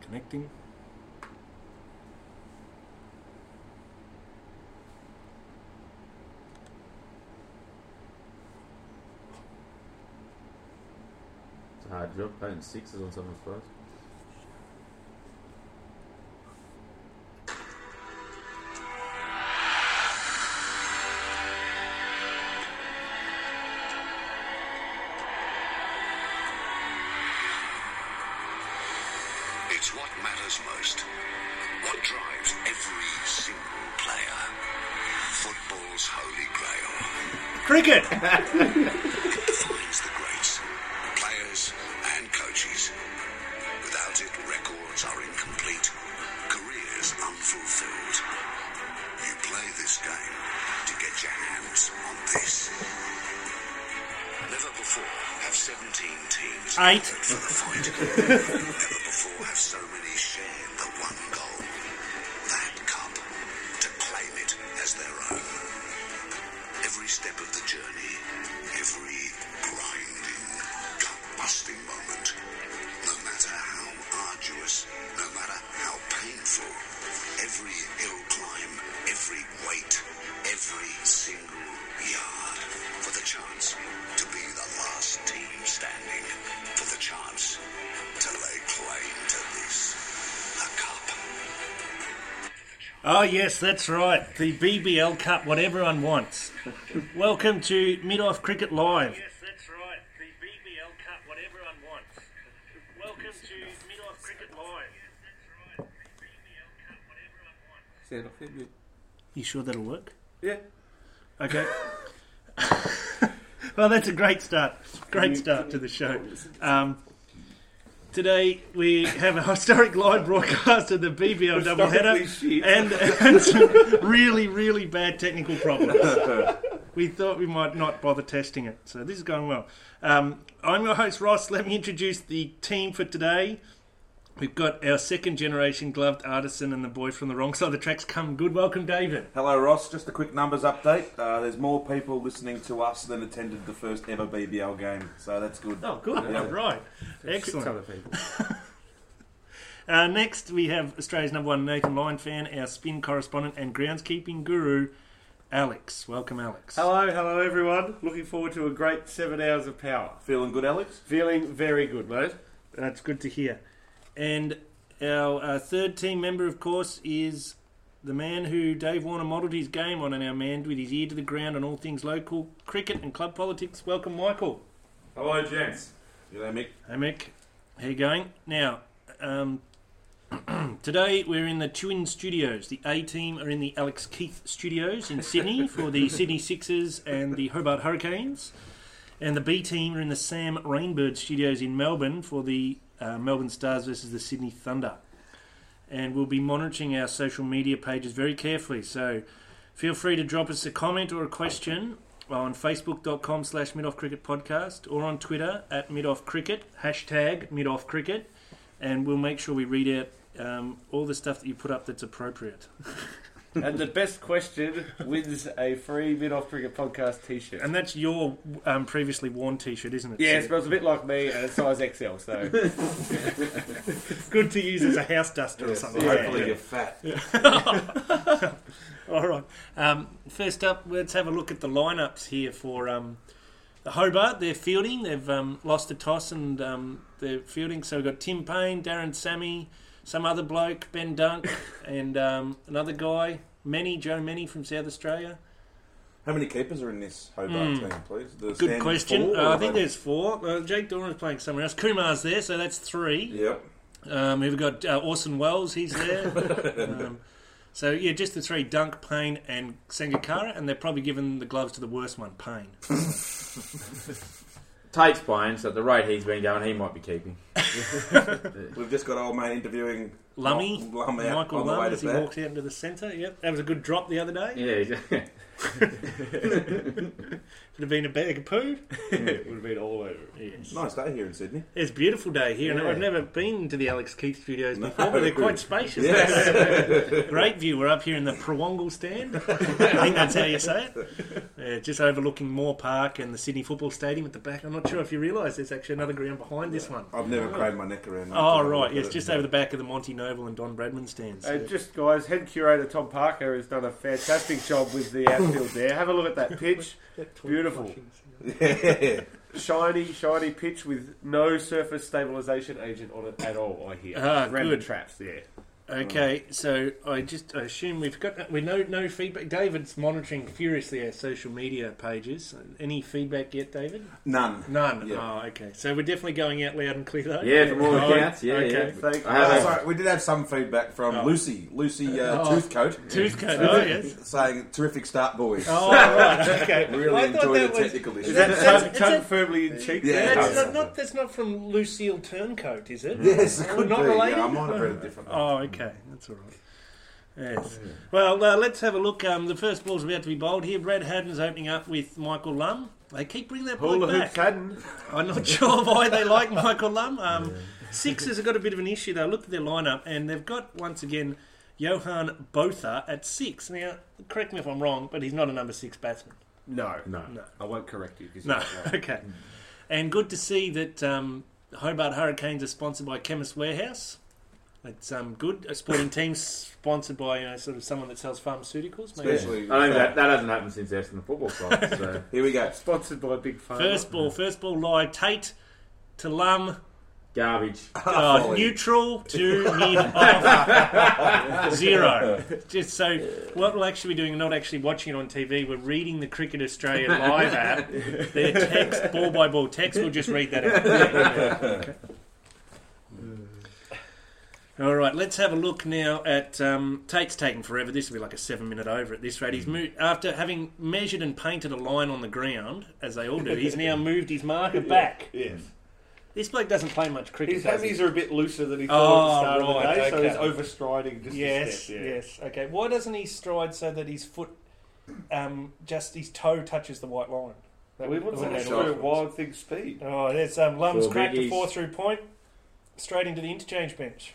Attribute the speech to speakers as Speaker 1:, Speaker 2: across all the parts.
Speaker 1: Connecting.
Speaker 2: It's a hard job playing sixes on someone's first.
Speaker 3: It's what matters most. What drives every single player. Football's holy grail.
Speaker 4: Cricket!
Speaker 3: Finds the greats, players and coaches. Without it, records are incomplete, careers unfulfilled. You play this game to get your hands on this. Never before have 17 teams
Speaker 4: Eight.
Speaker 3: gathered for the fight. Never before have so many shared the one goal, that cup, to claim it as their own. Every step of the journey, every grinding, gut-busting moment, no matter how arduous, no matter how painful, every hill climb, every weight, every single yard, for the chance to be the last team standing, for the chance to lay claim to this, the cup.
Speaker 4: Oh, yes, that's right. The BBL Cup, what everyone wants. Welcome to Mid Off Cricket Live. Yes, that's right. The BBL Cup, what everyone wants. Welcome to Mid Off Cricket Live.
Speaker 5: Sound off that bit.
Speaker 4: You sure that'll work?
Speaker 5: Yeah.
Speaker 4: Okay. well, that's a great start. Great start to the show. Um, today we have a historic live broadcast of the BBL double header
Speaker 5: Historically shit.
Speaker 4: and, and some really, really bad technical problems. we thought we might not bother testing it, so this is going well. Um, I'm your host, Ross. Let me introduce the team for today. We've got our second generation gloved artisan and the boy from the wrong side of the tracks, Come Good. Welcome, David.
Speaker 6: Hello, Ross. Just a quick numbers update. Uh, there's more people listening to us than attended the first ever BBL game, so that's good.
Speaker 4: Oh, good.
Speaker 6: Yeah.
Speaker 4: Right.
Speaker 5: Shit ton
Speaker 4: Excellent.
Speaker 5: of people.
Speaker 4: Uh, next, we have Australia's number one Nathan Lyon fan, our spin correspondent and groundskeeping guru, Alex. Welcome, Alex.
Speaker 7: Hello, hello everyone. Looking forward to a great seven hours of power.
Speaker 6: Feeling good, Alex?
Speaker 7: Feeling very good, mate.
Speaker 4: That's good to hear. And our uh, third team member, of course, is the man who Dave Warner modelled his game on and our man with his ear to the ground on all things local cricket and club politics. Welcome, Michael.
Speaker 6: Hello, gents. G'day, Mick.
Speaker 4: Hey, Mick. How you going? Now, um, today we're in the Twin Studios. The A team are in the Alex Keith Studios in Sydney for the Sydney Sixers and the Hobart Hurricanes. And the B team are in the Sam Rainbird Studios in Melbourne for the uh, Melbourne Stars versus the Sydney Thunder. And we'll be monitoring our social media pages very carefully. So feel free to drop us a comment or a question on facebook.com slash mid off cricket podcast or on Twitter at mid off cricket, hashtag mid off cricket. And we'll make sure we read out um, all the stuff that you put up that's appropriate.
Speaker 7: and the best question wins a free mid off cricket podcast t shirt.
Speaker 4: And that's your um, previously worn t shirt, isn't it?
Speaker 7: Yeah, it
Speaker 4: Sid?
Speaker 7: smells a bit like me and it's size XL, so
Speaker 4: good to use as a house duster or something. like
Speaker 6: Hopefully,
Speaker 4: that.
Speaker 6: you're fat.
Speaker 4: All right. Um, first up, let's have a look at the lineups here for um, the Hobart. They're fielding. They've um, lost the toss and um, they're fielding. So we've got Tim Payne, Darren Sammy, some other bloke, Ben Dunk, and um, another guy, Many, Joe Many from South Australia.
Speaker 6: How many keepers are in this Hobart team, please? The
Speaker 4: Hmm. Good
Speaker 6: standard
Speaker 4: question.
Speaker 6: four,
Speaker 4: Uh,
Speaker 6: or
Speaker 4: I think
Speaker 6: they-
Speaker 4: there's four. Uh, Jake Doran's playing somewhere else. Kumar's there, so that's three.
Speaker 6: Yep.
Speaker 4: Um, we've got uh, Orson Welles, he's there. um, so, yeah, just the three Dunk, Payne, and Sangakara, and they're probably giving the gloves to the worst one, Payne.
Speaker 2: Tate's playing, so at the rate he's been going, he might be keeping.
Speaker 6: We've just got old mate interviewing
Speaker 4: Lummy,
Speaker 6: Lummy Oh, out
Speaker 4: Michael
Speaker 6: on the way
Speaker 4: Lummy,
Speaker 6: to
Speaker 4: as he
Speaker 6: bat.
Speaker 4: walks out into the centre. Yep, that was a good drop the other day.
Speaker 2: Yeah, he's-
Speaker 4: Could have been a bag of poo.
Speaker 7: it would have been all over.
Speaker 4: Yes.
Speaker 6: Nice day here in Sydney.
Speaker 4: It's a beautiful day here, and
Speaker 6: Yeah.
Speaker 4: I've never been to the Alex Keith studios
Speaker 6: No.
Speaker 4: before, but they're quite spacious. Great view. We're up here in the Prawongal stand. I think that's how you say it. Yeah, just overlooking Moore Park and the Sydney Football Stadium at the back. I'm not sure if you realise there's actually another ground behind this one.
Speaker 6: I've never craned my neck around. that.
Speaker 4: Oh, right, yes, just over the back of the Monty Noble and Don Bradman stands.
Speaker 7: Uh, just guys, head curator Tom Parker has done a fantastic job with the outfield there. Have a look at that pitch. Beautiful.
Speaker 6: Yeah.
Speaker 7: Shiny, shiny pitch with no surface stabilization agent on it at all, I hear.
Speaker 4: Ah,
Speaker 7: Random
Speaker 4: good.
Speaker 7: traps there.
Speaker 4: Okay, so I just I assume we've got we no no feedback. David's monitoring furiously our social media pages. Any feedback yet, David?
Speaker 6: None.
Speaker 4: None.
Speaker 6: Yeah.
Speaker 4: Oh, okay. So we're definitely going out loud and clear though.
Speaker 2: Yeah, from all
Speaker 4: Right.
Speaker 2: accounts. Yeah,
Speaker 4: okay.
Speaker 2: yeah.
Speaker 7: Thank
Speaker 2: I
Speaker 6: Oh,
Speaker 2: have a-
Speaker 6: sorry, we did have some feedback from Lucy, Lucy uh,
Speaker 4: Oh.
Speaker 6: Toothcoat,
Speaker 4: Tooth coat. Oh yes.
Speaker 6: saying terrific start, boys.
Speaker 4: Oh right. Okay.
Speaker 6: really
Speaker 4: I thought
Speaker 6: enjoyed
Speaker 4: that
Speaker 6: the
Speaker 4: was-
Speaker 6: technical
Speaker 7: Is
Speaker 6: issues.
Speaker 7: that
Speaker 4: It's a-
Speaker 7: tongue,
Speaker 4: it's
Speaker 7: tongue
Speaker 4: a-
Speaker 7: firmly in cheek
Speaker 6: Yeah.
Speaker 7: there?
Speaker 4: That's
Speaker 6: Yeah.
Speaker 4: not, not that's not from Lucille Turncoat, is it?
Speaker 6: yes, it
Speaker 4: Oh,
Speaker 6: could
Speaker 4: not
Speaker 6: be.
Speaker 4: related?
Speaker 6: Yeah, I might have read it differently.
Speaker 4: Oh, okay. That's all right. Yes. Well, uh, let's have a look. Um, the first ball's about to be bowled here. Brad Haddon's opening up with Michael Lum. They keep bringing that ball
Speaker 7: Hula
Speaker 4: back.
Speaker 7: hoops hadn't.
Speaker 4: I'm not sure why they like Michael Lum. Um, Sixers have got a bit of an issue though. Look at their lineup, and they've got once again Johan Botha at six. Now, correct me if I'm wrong, but he's not a number six batsman.
Speaker 7: No.
Speaker 2: No.
Speaker 4: No.
Speaker 7: I won't correct you. 'cause
Speaker 4: No,
Speaker 7: you're right.
Speaker 4: okay. And good to see that um, Hobart Hurricanes are sponsored by Chemist Warehouse. That's um, good. A sporting team sponsored by you know, sort of someone that sells pharmaceuticals. Maybe.
Speaker 6: Especially
Speaker 2: I mean, that, that hasn't happened since Essendon Football Club. So.
Speaker 6: here we go.
Speaker 7: Sponsored by Big Pharma.
Speaker 4: First ball, first ball live. Tate to Lum.
Speaker 2: Garbage.
Speaker 4: Uh,
Speaker 6: Folly.
Speaker 4: neutral to mid off zero. Just so what we'll actually be doing, not actually watching it on TV, we're reading the Cricket Australia live app. Their text, ball by ball text. We'll just read that out. Okay. All right, let's have a look now at um, Tate's taking forever. This will be like a seven-minute over at this rate. He's moved after having measured and painted a line on the ground, as they all do. He's now moved his marker back.
Speaker 7: Yes.
Speaker 4: This bloke doesn't play much cricket.
Speaker 7: His
Speaker 4: does he?
Speaker 7: hammies are a bit looser than he
Speaker 4: Oh,
Speaker 7: thought at the start
Speaker 4: right,
Speaker 7: of the day, so he's
Speaker 4: okay.
Speaker 7: overstriding just a
Speaker 4: Yes,
Speaker 7: step. yeah.
Speaker 4: yes. Okay. Why doesn't he stride so that his foot, um, just his toe touches the white line? That
Speaker 7: We
Speaker 4: would-
Speaker 7: want
Speaker 4: wouldn't
Speaker 7: to
Speaker 4: that
Speaker 7: show
Speaker 4: always-
Speaker 7: Wild Thing speed.
Speaker 4: Oh, there's um, Lum's
Speaker 2: Four
Speaker 4: cracked a
Speaker 2: biggies.
Speaker 4: four through point, straight into the interchange bench.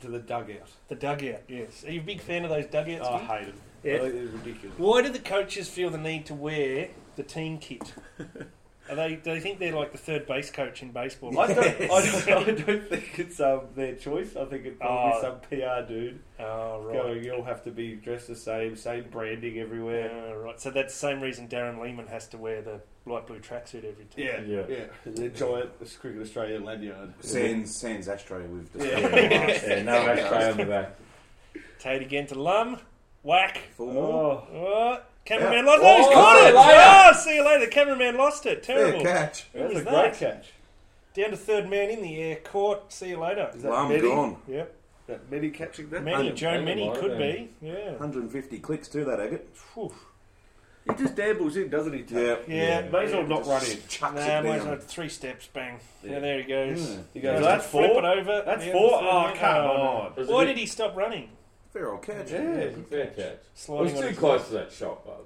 Speaker 7: To the dugout.
Speaker 4: The dugout, yes. Are you a big fan of those dugouts?
Speaker 7: Oh, I
Speaker 4: Vic?
Speaker 7: hate him.
Speaker 4: Yeah.
Speaker 7: I think it's ridiculous.
Speaker 4: Why do the coaches feel the need to wear the team kit? Are they? Do they think they're like the third base coach in baseball?
Speaker 7: I don't, I, don't, I don't think it's um, their choice. I think it's probably
Speaker 4: Oh.
Speaker 7: some PR dude
Speaker 4: Oh right.
Speaker 7: going, you'll have to be dressed the same, same branding everywhere.
Speaker 4: Yeah, right. So that's the same reason Darren Lehman has to wear the light blue tracksuit every time.
Speaker 2: Yeah.
Speaker 7: yeah. The giant Cricket Australia lanyard.
Speaker 6: Sans, sans Astro, we've just
Speaker 7: Yeah.
Speaker 2: Yeah, no ashtray on the back.
Speaker 4: Tate again to Lum. Whack.
Speaker 6: Full ball.
Speaker 7: Oh,
Speaker 4: Oh, cameraman
Speaker 6: Yeah.
Speaker 4: lost it. He's
Speaker 6: Oh,
Speaker 4: caught
Speaker 6: see
Speaker 4: it.
Speaker 6: you later.
Speaker 4: Oh, see you later. Cameraman lost it.
Speaker 6: Fair
Speaker 4: Terrible.
Speaker 6: catch.
Speaker 4: Who
Speaker 7: that's
Speaker 4: was
Speaker 7: a
Speaker 4: that?
Speaker 7: great catch.
Speaker 4: Down to third man in the air. Caught. See you later.
Speaker 7: Is that
Speaker 6: Well, I'm
Speaker 7: Medi?
Speaker 6: gone.
Speaker 4: Yep.
Speaker 7: That Medi catching that?
Speaker 4: Many.
Speaker 2: Under-
Speaker 4: Joe
Speaker 2: under
Speaker 4: Many
Speaker 2: mine
Speaker 4: could
Speaker 2: then.
Speaker 4: be. Yeah.
Speaker 6: 150 clicks to that agate.
Speaker 4: Whew.
Speaker 7: He just dabbles in, doesn't he? Tony?
Speaker 6: Yeah.
Speaker 4: Yeah.
Speaker 2: Yeah.
Speaker 7: May as well not run in.
Speaker 6: Just chucks
Speaker 4: Nah,
Speaker 6: it
Speaker 4: might as
Speaker 6: down.
Speaker 4: well three steps. Bang. Yeah,
Speaker 7: Yeah.
Speaker 4: there he goes.
Speaker 6: Yeah.
Speaker 7: He
Speaker 4: Goes
Speaker 7: goes,
Speaker 4: to
Speaker 7: that's
Speaker 4: flip
Speaker 7: four.
Speaker 4: it over.
Speaker 7: That's
Speaker 4: The
Speaker 7: four?
Speaker 4: other
Speaker 7: Oh,
Speaker 4: man-
Speaker 7: come
Speaker 4: no.
Speaker 7: on.
Speaker 2: There's a
Speaker 4: Why
Speaker 2: bit-
Speaker 4: did he stop running?
Speaker 6: Fair old catch.
Speaker 2: Yeah,
Speaker 7: Yeah.
Speaker 2: it's a fair catch. It
Speaker 4: Sliding
Speaker 2: was
Speaker 4: on
Speaker 2: too
Speaker 4: his
Speaker 2: close to that shot, but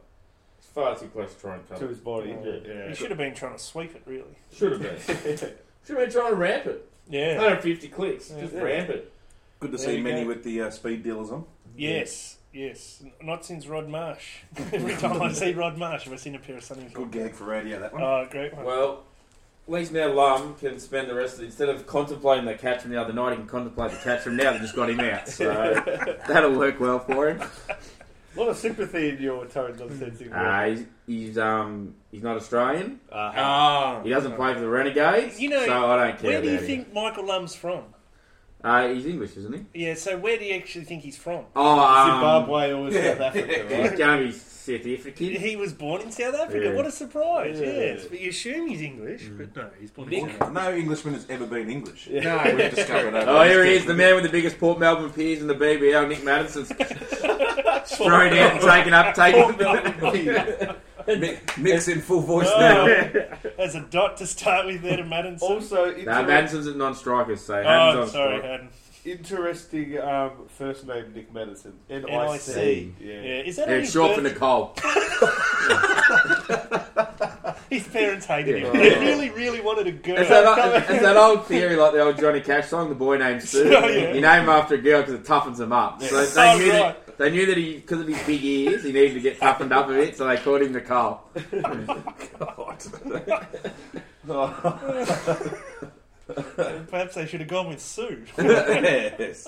Speaker 2: it's far too close to try and
Speaker 7: To
Speaker 2: cover.
Speaker 7: his body.
Speaker 2: Yeah.
Speaker 4: He
Speaker 7: Yeah.
Speaker 4: should have been trying to sweep it, really.
Speaker 2: Should have been. Should have been trying to ramp it.
Speaker 4: Yeah.
Speaker 2: 150 clicks, just
Speaker 4: Yeah.
Speaker 2: ramp it.
Speaker 6: Good to
Speaker 4: There
Speaker 6: see
Speaker 4: you
Speaker 6: many
Speaker 4: go.
Speaker 6: with the uh, speed dealers on.
Speaker 4: Yes. Yes. Not since Rod Marsh. Every time I see Rod Marsh, have I seen a pair of sunnies?
Speaker 6: Good gag for radio, that one.
Speaker 4: Oh, great one.
Speaker 2: Well, at least now Lum can spend the rest of instead of contemplating the catch from the other night, he can contemplate the catch from now. They just got him out, so that'll work well for him.
Speaker 7: A lot of sympathy in your tone, I'm sensing.
Speaker 2: Uh, he's, he's um he's not Australian.
Speaker 7: Uh,
Speaker 4: Ah.
Speaker 2: He doesn't play for the Renegades,
Speaker 4: You know,
Speaker 2: so I don't care.
Speaker 4: Where do you
Speaker 2: about him.
Speaker 4: think Michael Lum's from?
Speaker 2: Uh, he's English, isn't he?
Speaker 4: Yeah, so where do you actually think he's from?
Speaker 2: Oh, um,
Speaker 7: Zimbabwe or South Africa, right?
Speaker 2: He's going to be South African.
Speaker 4: He was born in South Africa.
Speaker 2: Yeah.
Speaker 4: What a surprise!
Speaker 7: Yeah.
Speaker 4: Yes, but you assume he's English, but no, he's born in South
Speaker 6: No Englishman has ever been English.
Speaker 7: Yeah.
Speaker 6: We've discovered over
Speaker 2: Oh,
Speaker 6: this
Speaker 2: here he is, the
Speaker 6: country.
Speaker 2: man with the biggest Port Melbourne peers in the BBL, Nick Madison's thrown out and taken up, taken
Speaker 6: Mi- Mix in full voice
Speaker 4: Oh.
Speaker 6: now.
Speaker 2: Mm. Oh.
Speaker 4: Africa. As a dot to start with, there to Madden.
Speaker 7: Also, inter-
Speaker 2: No, Madison's at non-strikers, so Haddon's
Speaker 4: oh,
Speaker 2: on
Speaker 4: sorry,
Speaker 2: strike.
Speaker 4: Haddon.
Speaker 7: interesting um, first name Nick Madison.
Speaker 4: NIC.
Speaker 7: N-I-C.
Speaker 4: Yeah,
Speaker 7: Yeah.
Speaker 4: is that
Speaker 2: Yeah,
Speaker 4: only
Speaker 2: it's short for
Speaker 4: birth-
Speaker 2: Nicole.
Speaker 4: His parents hated him.
Speaker 2: Yeah.
Speaker 4: They really, really wanted a girl.
Speaker 2: It's that, it's that old theory, like the old Johnny Cash song, the boy named Sue.
Speaker 4: Oh, yeah.
Speaker 2: You name him after a girl because it toughens him up. So they
Speaker 4: Oh,
Speaker 2: knew,
Speaker 4: right.
Speaker 2: that, They knew that he, because of his big ears, he needed to get toughened up a bit, so they called him the Carl.
Speaker 1: Perhaps they should have gone with Sue.
Speaker 6: yes.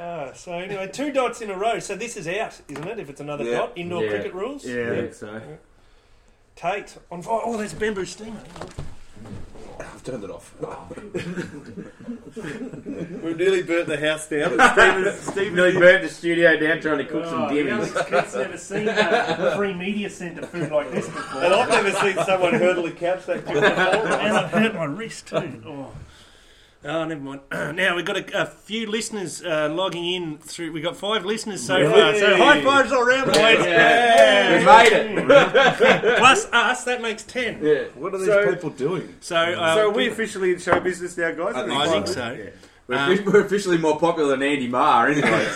Speaker 1: Ah, so anyway, two dots in a row. So this is out, isn't it? If it's another
Speaker 6: Yeah.
Speaker 1: dot, indoor
Speaker 2: Yeah.
Speaker 1: cricket rules.
Speaker 2: I
Speaker 7: Yeah.
Speaker 2: think so.
Speaker 1: Tate on fire. Oh, there's bamboo steamer.
Speaker 6: I've turned it off.
Speaker 7: We've nearly burnt the house down. but Stephen,
Speaker 2: He
Speaker 7: Stephen
Speaker 2: nearly
Speaker 7: did-
Speaker 2: burnt the studio down trying to cook
Speaker 4: Oh,
Speaker 2: some
Speaker 4: the
Speaker 2: dimmies.
Speaker 4: Alex Kidd's never seen a free media centre food like this before.
Speaker 7: And I've never seen someone hurdle a couch that quick before.
Speaker 4: and I hurt my wrist too. Oh. Oh, never mind. Now we've got a, a few listeners uh, logging in through. We've got five listeners so far. So high fives all round, boys.
Speaker 2: Yeah. We made it.
Speaker 4: Plus us, that makes ten.
Speaker 2: Yeah.
Speaker 6: What are these
Speaker 7: So-
Speaker 6: people doing?
Speaker 4: So, uh,
Speaker 7: So are we officially in show business now, guys?
Speaker 6: Um, I think
Speaker 4: I think so.
Speaker 2: We're,
Speaker 4: Um,
Speaker 2: offic- we're officially more popular than Andy Marr, anyway.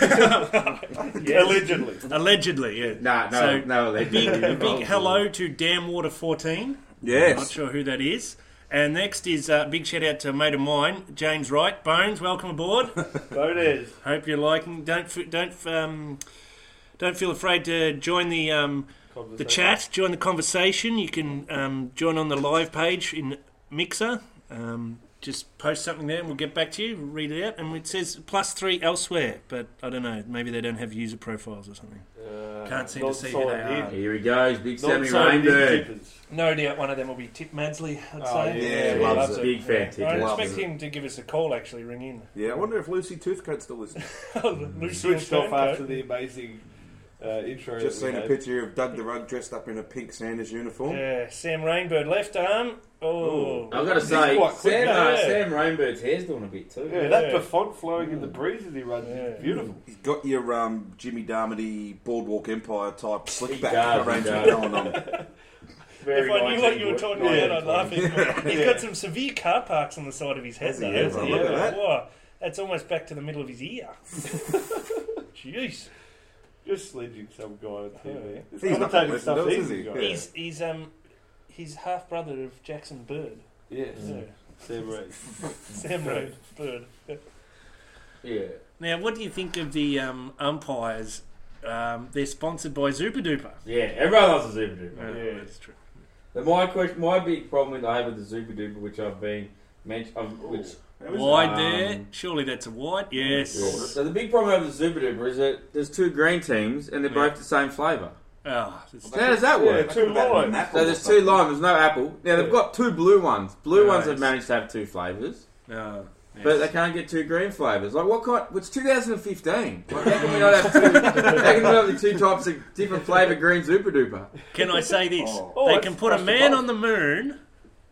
Speaker 7: Allegedly.
Speaker 4: Allegedly, yeah.
Speaker 2: nah, no,
Speaker 4: So,
Speaker 2: no, they
Speaker 4: Big, a big hello to Damwater fourteen. Not
Speaker 6: Yes.
Speaker 4: sure who that is. And next is a big shout out to a mate of mine, James Wright. Bones, welcome aboard.
Speaker 7: Boners.
Speaker 4: Hope you're liking. Don't f- don't um, don't feel afraid to join the um, the chat. Join the conversation. You can um, join on the live page in Mixer. Um, just post something there, and we'll get back to you. Read it out, and it says plus three elsewhere. But I don't know. Maybe they don't have user profiles or something.
Speaker 1: Uh,
Speaker 4: Can't seem to see who they are.
Speaker 2: Here he goes, big Sammy
Speaker 4: so
Speaker 2: Rainbird.
Speaker 1: No doubt one of them will be Tip Madsley, I'd
Speaker 7: Oh,
Speaker 1: say.
Speaker 6: yeah,
Speaker 1: He
Speaker 6: loves
Speaker 1: loves
Speaker 6: it.
Speaker 1: it.
Speaker 2: Big fan, Tip
Speaker 1: I
Speaker 2: Madsley.
Speaker 1: expect him to give us a call, actually, ring in.
Speaker 6: Yeah, I wonder if Lucy Toothcoat still listens.
Speaker 2: Mm.
Speaker 1: Lucy
Speaker 5: switched
Speaker 1: and
Speaker 5: off
Speaker 1: Turncoat.
Speaker 5: after the amazing uh, intro.
Speaker 6: Just
Speaker 5: that we
Speaker 6: seen a
Speaker 5: had.
Speaker 6: picture of Doug the Rug dressed up in a pink Sanders uniform.
Speaker 1: Yeah, Sam Rainbird, left arm. Oh.
Speaker 2: I've got to
Speaker 5: He's
Speaker 2: say,
Speaker 5: quite quick,
Speaker 2: Sam, uh,
Speaker 1: yeah.
Speaker 2: Sam Rainbird's hair's doing a bit too.
Speaker 5: Yeah,
Speaker 1: Yeah.
Speaker 5: that Buffon flowing in the breeze as he runs is beautiful.
Speaker 6: He's got your um, Jimmy Darmody Boardwalk Empire type
Speaker 2: He
Speaker 6: slick back
Speaker 2: does, he
Speaker 6: arrangement
Speaker 2: does.
Speaker 6: going on.
Speaker 1: If I knew what you were
Speaker 2: 19,
Speaker 1: talking
Speaker 2: boy.
Speaker 1: about, I'd laugh. at you. He's got some severe car parks on the side of his head,
Speaker 6: Has he
Speaker 1: though.
Speaker 6: ever?
Speaker 1: hasn't he?
Speaker 6: Look at
Speaker 1: Yeah.
Speaker 6: that.
Speaker 1: Whoa, that's almost back to the middle of his ear. Jeez.
Speaker 5: Just sledging some guy on TV.
Speaker 6: He's not
Speaker 5: commentating
Speaker 6: listening
Speaker 5: stuff
Speaker 6: to us,
Speaker 5: he's
Speaker 6: is he?
Speaker 5: got.
Speaker 6: Yeah.
Speaker 1: He's, he's, um, he's half brother of Jackson Bird.
Speaker 5: Yes,
Speaker 1: Yeah.
Speaker 6: Mm.
Speaker 5: Sam Ray.
Speaker 1: Sam Road Bird.
Speaker 2: Yeah.
Speaker 4: Now, what do you think of the um, umpires? Um, they're sponsored by Zupa Duper.
Speaker 2: Yeah, everyone loves the Zuba Duper.
Speaker 4: Yeah, that's true.
Speaker 2: But My question, my big problem that I have with the Zuba Duper, which I've been mentioned, I've- which
Speaker 4: Wide
Speaker 2: Um,
Speaker 4: there. Surely that's a wide. Yes.
Speaker 2: So the big problem over the Zuba Duper is that there's two green teams and they're both the same flavour.
Speaker 4: Ah, that's-
Speaker 2: So how does that work?
Speaker 5: Two lines.
Speaker 2: so there's two lime, there's no apple. Now they've got two blue ones. Blue ones have
Speaker 4: Right.
Speaker 2: managed to have two flavours,
Speaker 4: ah, yes.
Speaker 2: but they can't get two green flavours. Like what kind? It's 2015. Like, how can we not have two? how can we not have the two types of different flavour green Zuba Duper?
Speaker 4: Can I say this?
Speaker 6: Oh.
Speaker 4: they
Speaker 5: Oh,
Speaker 4: can
Speaker 5: it's
Speaker 4: put a
Speaker 5: across the
Speaker 4: man
Speaker 5: bowl.
Speaker 4: on the moon,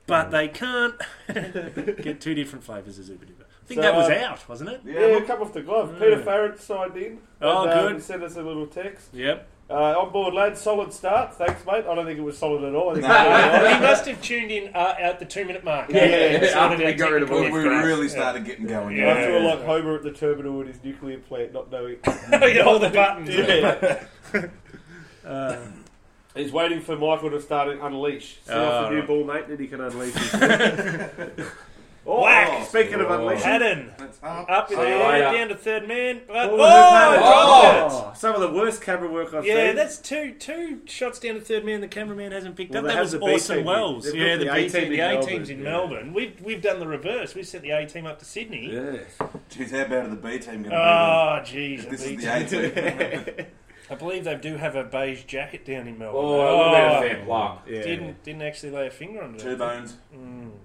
Speaker 4: but they can't get two different flavours of Zuba Duper. I think
Speaker 5: So,
Speaker 4: that was
Speaker 5: um,
Speaker 4: out, wasn't it?
Speaker 5: Yeah, come off the glove. Peter
Speaker 1: Mm.
Speaker 5: Farrant signed in.
Speaker 4: Oh,
Speaker 5: and, um,
Speaker 4: good.
Speaker 5: Sent us a little text.
Speaker 4: Yep.
Speaker 5: Uh, on board, lads. Solid start. Thanks, mate. I don't think it was solid at all. I think
Speaker 1: he must have tuned in uh, at the two minute mark.
Speaker 2: Yeah, yeah, yeah.
Speaker 1: Sorted out
Speaker 2: After they got rid of
Speaker 6: We
Speaker 1: technical
Speaker 2: all-
Speaker 6: we
Speaker 1: difference.
Speaker 6: really started getting going.
Speaker 5: it was, I
Speaker 6: Yeah.
Speaker 5: feel like Homer at the terminal at his nuclear plant, not knowing.
Speaker 1: Yeah, all the buttons.
Speaker 5: Yeah. He's waiting for Michael to start and unleash.
Speaker 7: Send off
Speaker 4: Ah,
Speaker 7: the new
Speaker 4: right.
Speaker 7: ball, mate, then he can unleash his
Speaker 5: Oh,
Speaker 1: Whack!
Speaker 7: Speaking of unleashing,
Speaker 1: Haddon.
Speaker 6: That's up.
Speaker 1: Up in the
Speaker 2: See you
Speaker 1: air,
Speaker 2: later.
Speaker 1: down to third man. But,
Speaker 7: Oh,
Speaker 1: oh, dropped
Speaker 7: oh, some of the worst camera work I've
Speaker 1: it. Yeah,
Speaker 7: seen.
Speaker 1: that's two two shots down to third man. The cameraman hasn't picked
Speaker 7: Well,
Speaker 4: they
Speaker 1: up. That
Speaker 4: have
Speaker 1: was
Speaker 7: the B
Speaker 1: Orson
Speaker 7: team.
Speaker 1: Wells.
Speaker 7: They've
Speaker 4: got
Speaker 1: yeah, the,
Speaker 4: the
Speaker 1: B
Speaker 4: A
Speaker 1: team,
Speaker 4: team
Speaker 1: the
Speaker 4: in
Speaker 1: A
Speaker 4: Melbourne,
Speaker 1: team's in
Speaker 4: yeah.
Speaker 1: Melbourne. We've we've done the reverse. We've sent the A team up to Sydney.
Speaker 6: Geez, how bad are the B team going to be?
Speaker 4: Ah,
Speaker 1: Oh, jeez.
Speaker 6: if
Speaker 1: a
Speaker 6: This
Speaker 1: B
Speaker 6: is
Speaker 1: team.
Speaker 6: the A team.
Speaker 1: I believe they do have a beige jacket down in Melbourne. Ah,
Speaker 2: Oh, I would have been a fair pluck.
Speaker 7: yeah.
Speaker 1: Didn't didn't actually lay a finger on
Speaker 6: Two
Speaker 1: it.
Speaker 6: bones.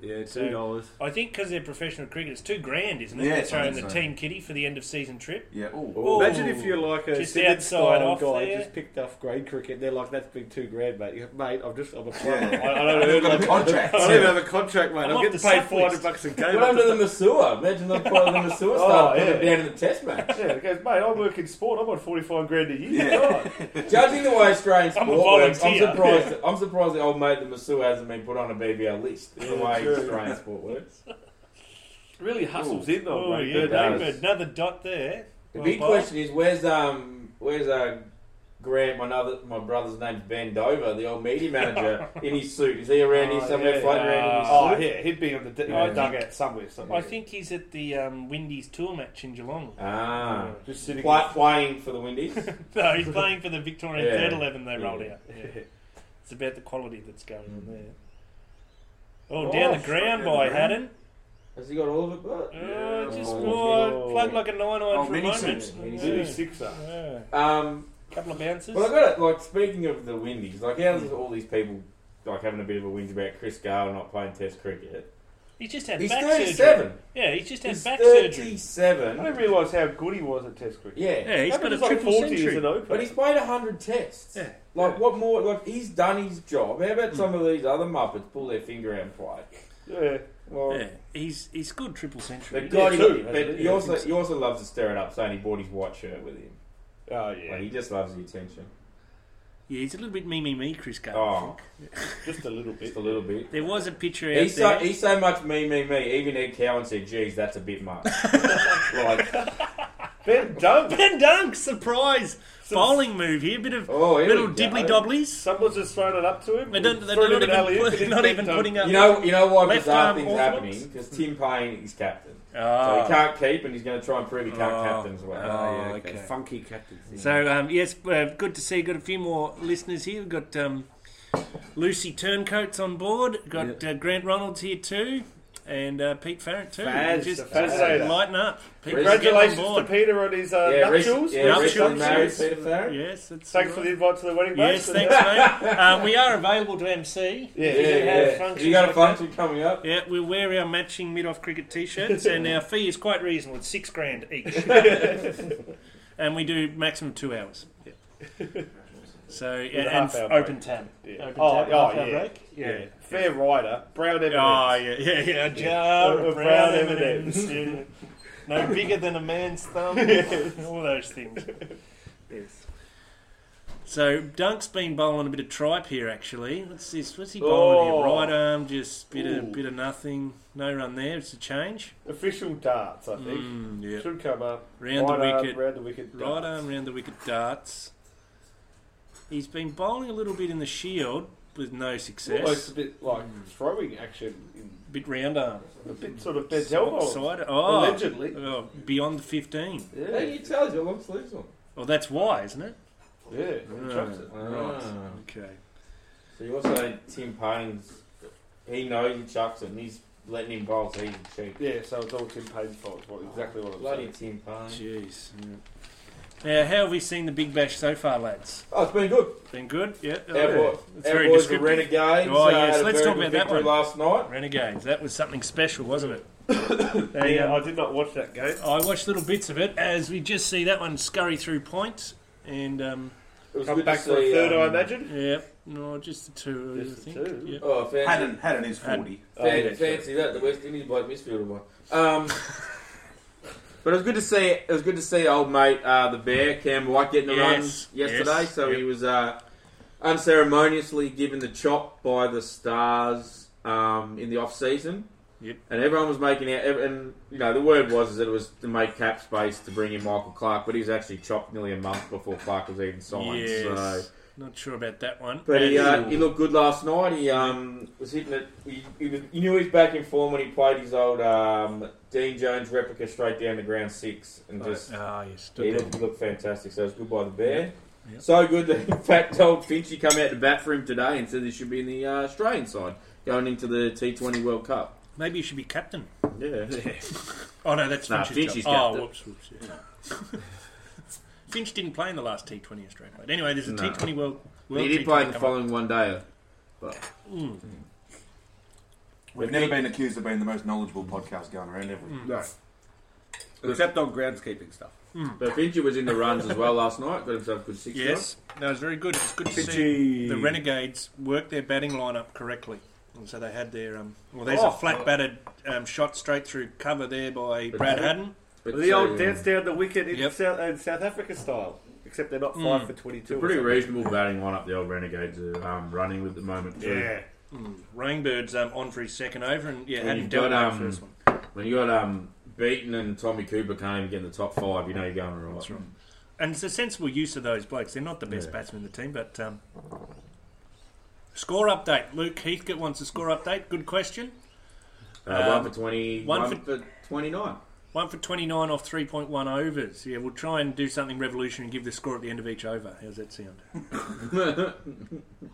Speaker 7: Yeah,
Speaker 1: So-
Speaker 7: two dollars.
Speaker 1: I think because they're professional cricket, it's two grand, isn't it?
Speaker 6: Yeah,
Speaker 1: They're
Speaker 6: I think
Speaker 1: throwing the
Speaker 6: so.
Speaker 1: team kitty for the end of season trip.
Speaker 6: Yeah. Ooh.
Speaker 2: Oh,
Speaker 7: Imagine if you're like a
Speaker 1: Just
Speaker 7: Sydney
Speaker 1: outside
Speaker 7: style
Speaker 1: off
Speaker 7: guy
Speaker 1: there.
Speaker 7: just picked off grade cricket. and They're like, that's been two grand, mate. You go, Mate, I'm just I'm a player.
Speaker 6: Yeah.
Speaker 7: I, I don't earn
Speaker 6: Got a
Speaker 7: like,
Speaker 6: contract.
Speaker 7: I don't even have a contract, mate.
Speaker 1: I'm
Speaker 7: I'm,
Speaker 1: off
Speaker 7: getting
Speaker 1: the
Speaker 7: paid
Speaker 1: sub
Speaker 7: four hundred
Speaker 1: list.
Speaker 7: bucks a game.
Speaker 2: What happened to the Masua? Imagine the part of the Masua started
Speaker 5: Oh, yeah.
Speaker 2: putting it down in the test match.
Speaker 5: Yeah, it goes, mate, I work in sport. I'm on 45 grand a year.
Speaker 6: Yeah.
Speaker 5: Right.
Speaker 2: Judging the way Australian
Speaker 1: I'm a
Speaker 2: sport works, I'm
Speaker 1: volunteer.
Speaker 2: surprised. That, I'm surprised the old mate the Masua hasn't been put on a BBL list. the
Speaker 5: Yeah,
Speaker 2: way
Speaker 5: true.
Speaker 2: Australian sport works.
Speaker 5: Really hustles in though.
Speaker 1: Oh,
Speaker 5: mate.
Speaker 1: yeah,
Speaker 5: They're
Speaker 2: does.
Speaker 1: David, another dot there.
Speaker 2: The
Speaker 1: Well
Speaker 2: big
Speaker 1: bowled.
Speaker 2: question is where's um where's uh Grant, my, other, my brother's name's Ben Dover, the old media manager, in his suit. Is he around here
Speaker 5: Oh,
Speaker 2: somewhere,
Speaker 5: yeah.
Speaker 2: floating around in his
Speaker 5: Oh,
Speaker 2: suit?
Speaker 5: yeah, he'd be on the d-
Speaker 2: Yeah.
Speaker 5: dugout somewhere. somewhere.
Speaker 4: I think he's at the um, Windies tour match in Geelong.
Speaker 2: Ah,
Speaker 5: Just sitting.
Speaker 2: Play, playing for the Windies.
Speaker 4: No, he's playing for the Victorian
Speaker 2: Yeah.
Speaker 4: Third Eleven they
Speaker 2: Yeah.
Speaker 4: rolled out. Yeah. It's about the quality that's going on
Speaker 2: Mm.
Speaker 4: there. Oh,
Speaker 6: Oh,
Speaker 4: down the
Speaker 6: straight
Speaker 4: ground
Speaker 6: down the
Speaker 4: by
Speaker 6: ground.
Speaker 4: Haddon.
Speaker 2: Has he got all of it? But?
Speaker 4: Oh,
Speaker 6: Yeah.
Speaker 4: just
Speaker 2: Oh,
Speaker 4: oh,
Speaker 5: yeah.
Speaker 4: plugged like a nine iron
Speaker 6: Oh,
Speaker 4: for a moment.
Speaker 6: Vinny's-
Speaker 2: Vinny's-
Speaker 4: Yeah.
Speaker 5: Did he sixer?
Speaker 4: Yeah.
Speaker 2: Um,
Speaker 4: Couple of bounces.
Speaker 2: well, I got it. Like speaking of the Windies, like how's all these people like having a bit of a whinge about Chris Gale not playing Test cricket?
Speaker 4: he's just had
Speaker 2: He's
Speaker 4: back surgery.
Speaker 2: thirty-seven.
Speaker 4: Yeah, he's just had
Speaker 2: He's
Speaker 4: back surgery.
Speaker 5: I
Speaker 2: thirty-seven.
Speaker 5: didn't realise how good he was at Test cricket.
Speaker 2: Yeah.
Speaker 4: Yeah, he's
Speaker 5: Happened
Speaker 4: got a
Speaker 5: was like
Speaker 4: triple
Speaker 5: 40 as
Speaker 4: century.
Speaker 5: an opener.
Speaker 2: But he's played hundred tests.
Speaker 4: Yeah.
Speaker 2: Like what more? Like he's done his job. How about some of these other muppets pull their finger out and play?
Speaker 5: yeah.
Speaker 2: Well,
Speaker 4: Yeah, he's he's good triple century.
Speaker 2: but God,
Speaker 5: Yeah,
Speaker 2: he-
Speaker 5: true.
Speaker 2: but he also he also loves to stir it up, saying he bought his white shirt with him.
Speaker 5: Oh
Speaker 2: Like,
Speaker 5: yeah,
Speaker 2: he just loves the attention,
Speaker 4: Yeah, he's a little bit me me me, Chris Gale. I
Speaker 2: Oh.
Speaker 4: think.
Speaker 5: just a little bit.
Speaker 2: just a little bit.
Speaker 4: There was a picture out
Speaker 2: He's so,
Speaker 4: there.
Speaker 2: he's so much me, me, me. Even Ed Cowan said, "Geez, that's a bit much." like,
Speaker 5: Ben Dunn.
Speaker 4: Ben Dunk, surprise! Bowling move here, bit of
Speaker 2: oh, here
Speaker 4: little
Speaker 2: we go.
Speaker 4: dibbly dobblies.
Speaker 5: Someone's just thrown it up to him.
Speaker 4: They don't, they're
Speaker 5: Threw
Speaker 4: not
Speaker 5: him an
Speaker 4: even,
Speaker 5: alley-oop,
Speaker 4: put-
Speaker 5: and it's
Speaker 4: not
Speaker 5: Ben
Speaker 4: even
Speaker 5: Dunn.
Speaker 4: putting up.
Speaker 2: You know, you know why
Speaker 4: Left
Speaker 2: bizarre
Speaker 4: arm
Speaker 2: things
Speaker 4: off
Speaker 2: happening
Speaker 4: once.
Speaker 2: because Tim Payne is captain, so
Speaker 4: Ah.
Speaker 2: he can't keep, and he's going to try and prove he can't
Speaker 4: Oh.
Speaker 2: captain as well.
Speaker 4: Oh, okay.
Speaker 7: Funky captain.
Speaker 4: So um, yes, uh, good to see. Got a few more listeners here. We've got um, Lucy Turncoats on board. Got uh, Grant Ronalds here too, and uh, Pete Farrant too.
Speaker 7: Faz,
Speaker 4: just
Speaker 5: the
Speaker 4: just
Speaker 5: Fazzator.
Speaker 4: lighten up. Pete's
Speaker 5: Congratulations
Speaker 4: getting
Speaker 5: to
Speaker 4: on board.
Speaker 5: Peter on his uh,
Speaker 2: Yeah, recent-
Speaker 5: nuptials.
Speaker 2: yeah,
Speaker 5: His
Speaker 4: recently
Speaker 2: married
Speaker 5: nuptials.
Speaker 2: Peter Farrant.
Speaker 4: Yes, that's
Speaker 5: Thanks for
Speaker 4: all
Speaker 5: the
Speaker 4: right.
Speaker 5: invite to the wedding. mate.
Speaker 4: Yes, thanks, mate. um, we are available to MC.
Speaker 5: Yeah,
Speaker 2: Yeah,
Speaker 4: you
Speaker 2: yeah.
Speaker 4: have
Speaker 2: You got a
Speaker 4: functions like
Speaker 2: function coming up.
Speaker 4: Yeah, we wear our matching mid-off cricket t-shirts, and our fee is quite reasonable. It's six grand each, and we do maximum two hours. So
Speaker 5: a
Speaker 4: and,
Speaker 5: half
Speaker 4: and
Speaker 5: hour
Speaker 4: open tab.
Speaker 5: Yeah.
Speaker 4: Open
Speaker 5: Oh,
Speaker 4: tab,
Speaker 5: oh,
Speaker 4: half hour
Speaker 5: yeah.
Speaker 4: break.
Speaker 5: yeah. Fair rider, brown evidence.
Speaker 4: Oh yeah, yeah, yeah. A jar
Speaker 5: Or
Speaker 4: of brown M&Ms. yeah. No bigger than a man's thumb. All those things. Yes. So Dunk's been bowling a bit of tripe here, actually. What's this? What's he bowling
Speaker 5: Oh.
Speaker 4: here? Right arm, just bit
Speaker 5: Ooh.
Speaker 4: of bit of nothing. No run there. It's a change.
Speaker 5: Official darts, I think.
Speaker 4: Mm, yeah.
Speaker 5: Should come up.
Speaker 4: Round
Speaker 5: right
Speaker 4: the
Speaker 5: arm,
Speaker 4: wicket.
Speaker 5: round the wicket.
Speaker 4: Right
Speaker 5: darts.
Speaker 4: arm round the wicket darts. He's been bowling a little bit in the shield with no
Speaker 5: Almost
Speaker 4: success.
Speaker 5: a bit like throwing action, in,
Speaker 4: Bit round arm.
Speaker 5: a bit sort of Ben Delmo.
Speaker 4: Side. Oh,
Speaker 5: Allegedly.
Speaker 4: Oh, beyond the 15.
Speaker 2: How do
Speaker 5: Yeah,
Speaker 2: you tell? He's got long sleeves on.
Speaker 4: Well, that's why, isn't it?
Speaker 5: yeah.
Speaker 4: Right.
Speaker 5: Chucks it.
Speaker 2: Ah.
Speaker 4: Okay.
Speaker 2: So you also had Tim Payne's. He knows he chucks it, and he's letting him bowl so he's a cheat.
Speaker 5: Yeah, so it's all Tim Payne's fault. is What exactly what I'm
Speaker 2: Bloody
Speaker 5: saying.
Speaker 2: Tim Payne.
Speaker 4: Jeez. Now, how have we seen the Big Bash so far, lads?
Speaker 2: Oh, it's been good.
Speaker 4: Been good? Yeah. Oh,
Speaker 2: Our, boy,
Speaker 4: It's
Speaker 2: our
Speaker 4: very
Speaker 2: boys the
Speaker 4: descriptive.
Speaker 2: Renegades.
Speaker 4: Oh,
Speaker 2: uh,
Speaker 4: yes,
Speaker 2: had a
Speaker 4: let's
Speaker 2: very
Speaker 4: talk
Speaker 2: good
Speaker 4: about that
Speaker 2: victory
Speaker 4: one.
Speaker 2: Last night.
Speaker 4: Renegades. That was something special, wasn't it? They,
Speaker 5: Yeah,
Speaker 4: um,
Speaker 5: I did not watch that game.
Speaker 4: I watched little bits of it as we just see that one scurry through points. And, um,
Speaker 2: It was
Speaker 5: Come
Speaker 2: good
Speaker 5: back
Speaker 2: to
Speaker 5: for
Speaker 2: see,
Speaker 5: a third, I
Speaker 2: um,
Speaker 5: imagine.
Speaker 4: yeah, no, just the two,
Speaker 5: Just the
Speaker 4: I think.
Speaker 5: two?
Speaker 4: Yeah.
Speaker 2: Oh, fancy,
Speaker 6: Haddon, Haddon is 40.
Speaker 2: fan-
Speaker 5: Oh, yeah,
Speaker 2: fancy that the West Indies bloke midfielder one. Um, but it was good to see. It was good to see old mate uh, the bear Cam White getting the
Speaker 4: Yes,
Speaker 2: runs yesterday.
Speaker 4: yes,
Speaker 2: so
Speaker 4: yep.
Speaker 2: he was uh, unceremoniously given the chop by the Stars um, in the off season.
Speaker 4: Yep.
Speaker 2: And everyone was making out, ev- and you know the word was is that it was to make cap space to bring in Michael Clark, but he was actually chopped nearly a month before Clark was even signed.
Speaker 4: Yes.
Speaker 2: So.
Speaker 4: Not sure about that one.
Speaker 2: But he,
Speaker 4: And-
Speaker 2: uh, he looked good last night. He um, was hitting it. He, he was, you knew he was back in form when he played his old um, Dean Jones replica straight down the ground six, and uh, just
Speaker 4: Ah, yes.
Speaker 2: he looked, he looked fantastic. So it was good by the bear.
Speaker 4: Yeah.
Speaker 2: So good that in fact old Finchy come out to bat for him today and said he should be in the uh, Australian side going into the T20 World Cup.
Speaker 4: Maybe you should be captain.
Speaker 2: Yeah,
Speaker 4: Oh no, that's
Speaker 2: Nah,
Speaker 4: Finch's
Speaker 2: Finch is
Speaker 4: job.
Speaker 2: captain.
Speaker 4: Oh, whoops, whoops. yeah. Finch didn't play in the last T20 Australia played. Anyway, there's a
Speaker 2: No.
Speaker 4: 20 World.
Speaker 2: but
Speaker 4: world
Speaker 2: he did
Speaker 4: T20
Speaker 2: play in the
Speaker 4: come
Speaker 2: following one day. uh,
Speaker 4: up. Mm.
Speaker 6: We've never been accused of being the most knowledgeable podcast going around, have we?
Speaker 7: No. Except on groundskeeping stuff.
Speaker 2: But Finchy was in the runs as well last night. Got himself a good six.
Speaker 4: Yes, that was very good. It's good to see
Speaker 6: Finchie.
Speaker 4: the Renegades work their batting lineup correctly. And so they had their um, well, there's
Speaker 5: Oh.
Speaker 4: a flat batted um, shot straight through cover there by
Speaker 2: But
Speaker 4: Brad
Speaker 2: that-
Speaker 4: Haddon.
Speaker 2: But
Speaker 5: The
Speaker 2: so, um,
Speaker 5: old dance down the wicket in
Speaker 4: Yep.
Speaker 5: South, in South Africa style, except they're not five for
Speaker 2: It's a
Speaker 5: twenty-two.
Speaker 2: pretty reasonable batting lineup the old Renegades are um, running with at the moment. Too.
Speaker 5: Yeah,
Speaker 4: Rainbird's um, on for his second over, and yeah,
Speaker 2: And
Speaker 4: Haddon
Speaker 2: you've
Speaker 4: dealt
Speaker 2: got,
Speaker 4: with
Speaker 2: um,
Speaker 4: the first one.
Speaker 2: When you got um, Beaton and Tommy Cooper can't even get in the top five, you know you're going all right.
Speaker 4: That's right. and it's a sensible use of those blokes. They're not the best
Speaker 6: Yeah.
Speaker 4: batsmen in the team, but um, score update. Luke Heathcote wants a score update. Good question.
Speaker 2: Uh,
Speaker 4: Um,
Speaker 2: one for 20,
Speaker 4: one
Speaker 2: one,
Speaker 4: for-
Speaker 2: for, 29.
Speaker 4: One for 29 off 3.1 overs. Yeah, we'll try and do something revolutionary and give the score at the end of each over. How's that sound?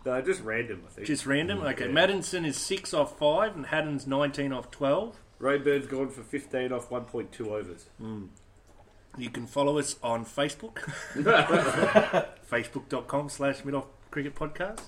Speaker 7: No, just random, I think.
Speaker 4: Just random. Okay, Maddinson is 6 off 5 and Haddon's 19 off 12.
Speaker 7: Rainburn's gone for 15 off 1.2 overs.
Speaker 4: You can follow us on Facebook. Facebook.com slash mid off cricket podcast.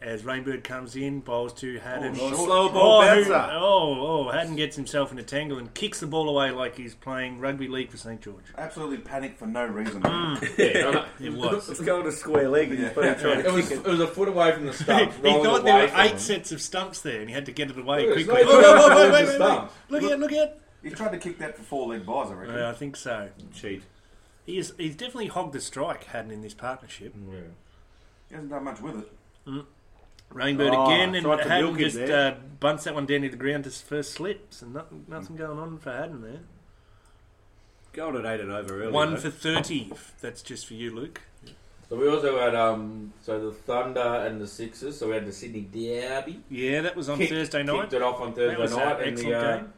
Speaker 4: As Rainbird comes in, bowls to Haddon.
Speaker 6: Oh, short.
Speaker 4: slow
Speaker 6: ball
Speaker 4: oh,
Speaker 6: bouncer.
Speaker 4: oh, oh, Haddon gets himself in a tangle and kicks the ball away like he's playing rugby league for St George.
Speaker 6: Absolutely panicked for no reason.
Speaker 4: It was.
Speaker 7: It's going to square leg and he's putting trying
Speaker 2: It
Speaker 7: to
Speaker 2: was,
Speaker 7: kick it.
Speaker 2: it was a foot away from the stump.
Speaker 4: he
Speaker 2: rolling
Speaker 4: thought there
Speaker 2: away
Speaker 4: were
Speaker 2: from
Speaker 4: eight
Speaker 2: him.
Speaker 4: sets of stumps there, and he had to get it away
Speaker 2: Look, it's
Speaker 4: quickly.
Speaker 2: not
Speaker 4: Whoa,
Speaker 2: even
Speaker 4: whoa, whoa,
Speaker 2: towards
Speaker 4: wait,
Speaker 2: the
Speaker 4: wait,
Speaker 2: stump.
Speaker 4: wait. Look at, look at.
Speaker 6: He tried to kick that for four leg buys, I reckon.
Speaker 4: Yeah, I think so.
Speaker 7: Cheat.
Speaker 4: He's he's definitely hogged the strike, Haddon, in this partnership.
Speaker 6: He hasn't done much with it.
Speaker 4: Rainbird
Speaker 7: Oh,
Speaker 4: again, and
Speaker 7: tried to
Speaker 4: Haddon
Speaker 7: milk it
Speaker 4: just uh,
Speaker 7: there.
Speaker 4: bunts that one down to the ground to his first slip. So nothing, nothing going on for Haddon there.
Speaker 7: Going at 8 and over early.
Speaker 4: one
Speaker 7: though.
Speaker 4: for 30. That's just for you, Luke.
Speaker 2: So we also had um, so the Thunder and the Sixers. So we had the Sydney Derby.
Speaker 4: Yeah, that was on
Speaker 2: Kicked-
Speaker 4: Thursday night.
Speaker 2: Kicked it off on Thursday
Speaker 4: That was an
Speaker 2: night. and
Speaker 4: excellent
Speaker 2: the, uh,
Speaker 4: game.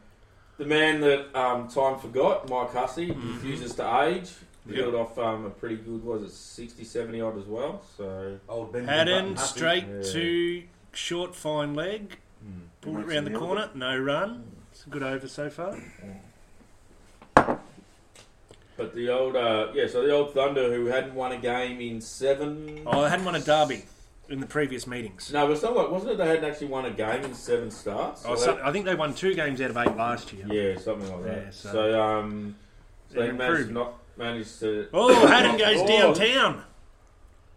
Speaker 2: the man that um, time forgot, Mike Hussey, refuses to age.
Speaker 4: Mm-hmm. Yep.
Speaker 2: Peeled off um, a pretty good, was it 60, 70 odd as well. So
Speaker 6: Old Benjamin
Speaker 4: Haddon
Speaker 6: Button, nothing.
Speaker 4: straight
Speaker 2: Yeah.
Speaker 4: to short fine leg.
Speaker 2: Hmm.
Speaker 4: Pulled it
Speaker 6: Makes
Speaker 4: around
Speaker 6: a
Speaker 4: the
Speaker 6: nail of
Speaker 4: corner. No run. It's a good over so far.
Speaker 2: But the old, uh, yeah, so the old Thunder who hadn't won a game in seven.
Speaker 4: Oh, I hadn't won a derby in the previous meetings.
Speaker 2: No, but it's not like, wasn't it they hadn't actually won a game in seven starts?
Speaker 4: Oh,
Speaker 2: So
Speaker 4: so,
Speaker 2: that-
Speaker 4: I think they won two games out of eight last year.
Speaker 2: yeah, something like that.
Speaker 4: Yeah, so-
Speaker 2: so, um, so they
Speaker 4: They've
Speaker 2: managed
Speaker 4: improved.
Speaker 2: to not managed to.
Speaker 4: Oh, Haddon goes
Speaker 7: Oh.
Speaker 4: downtown.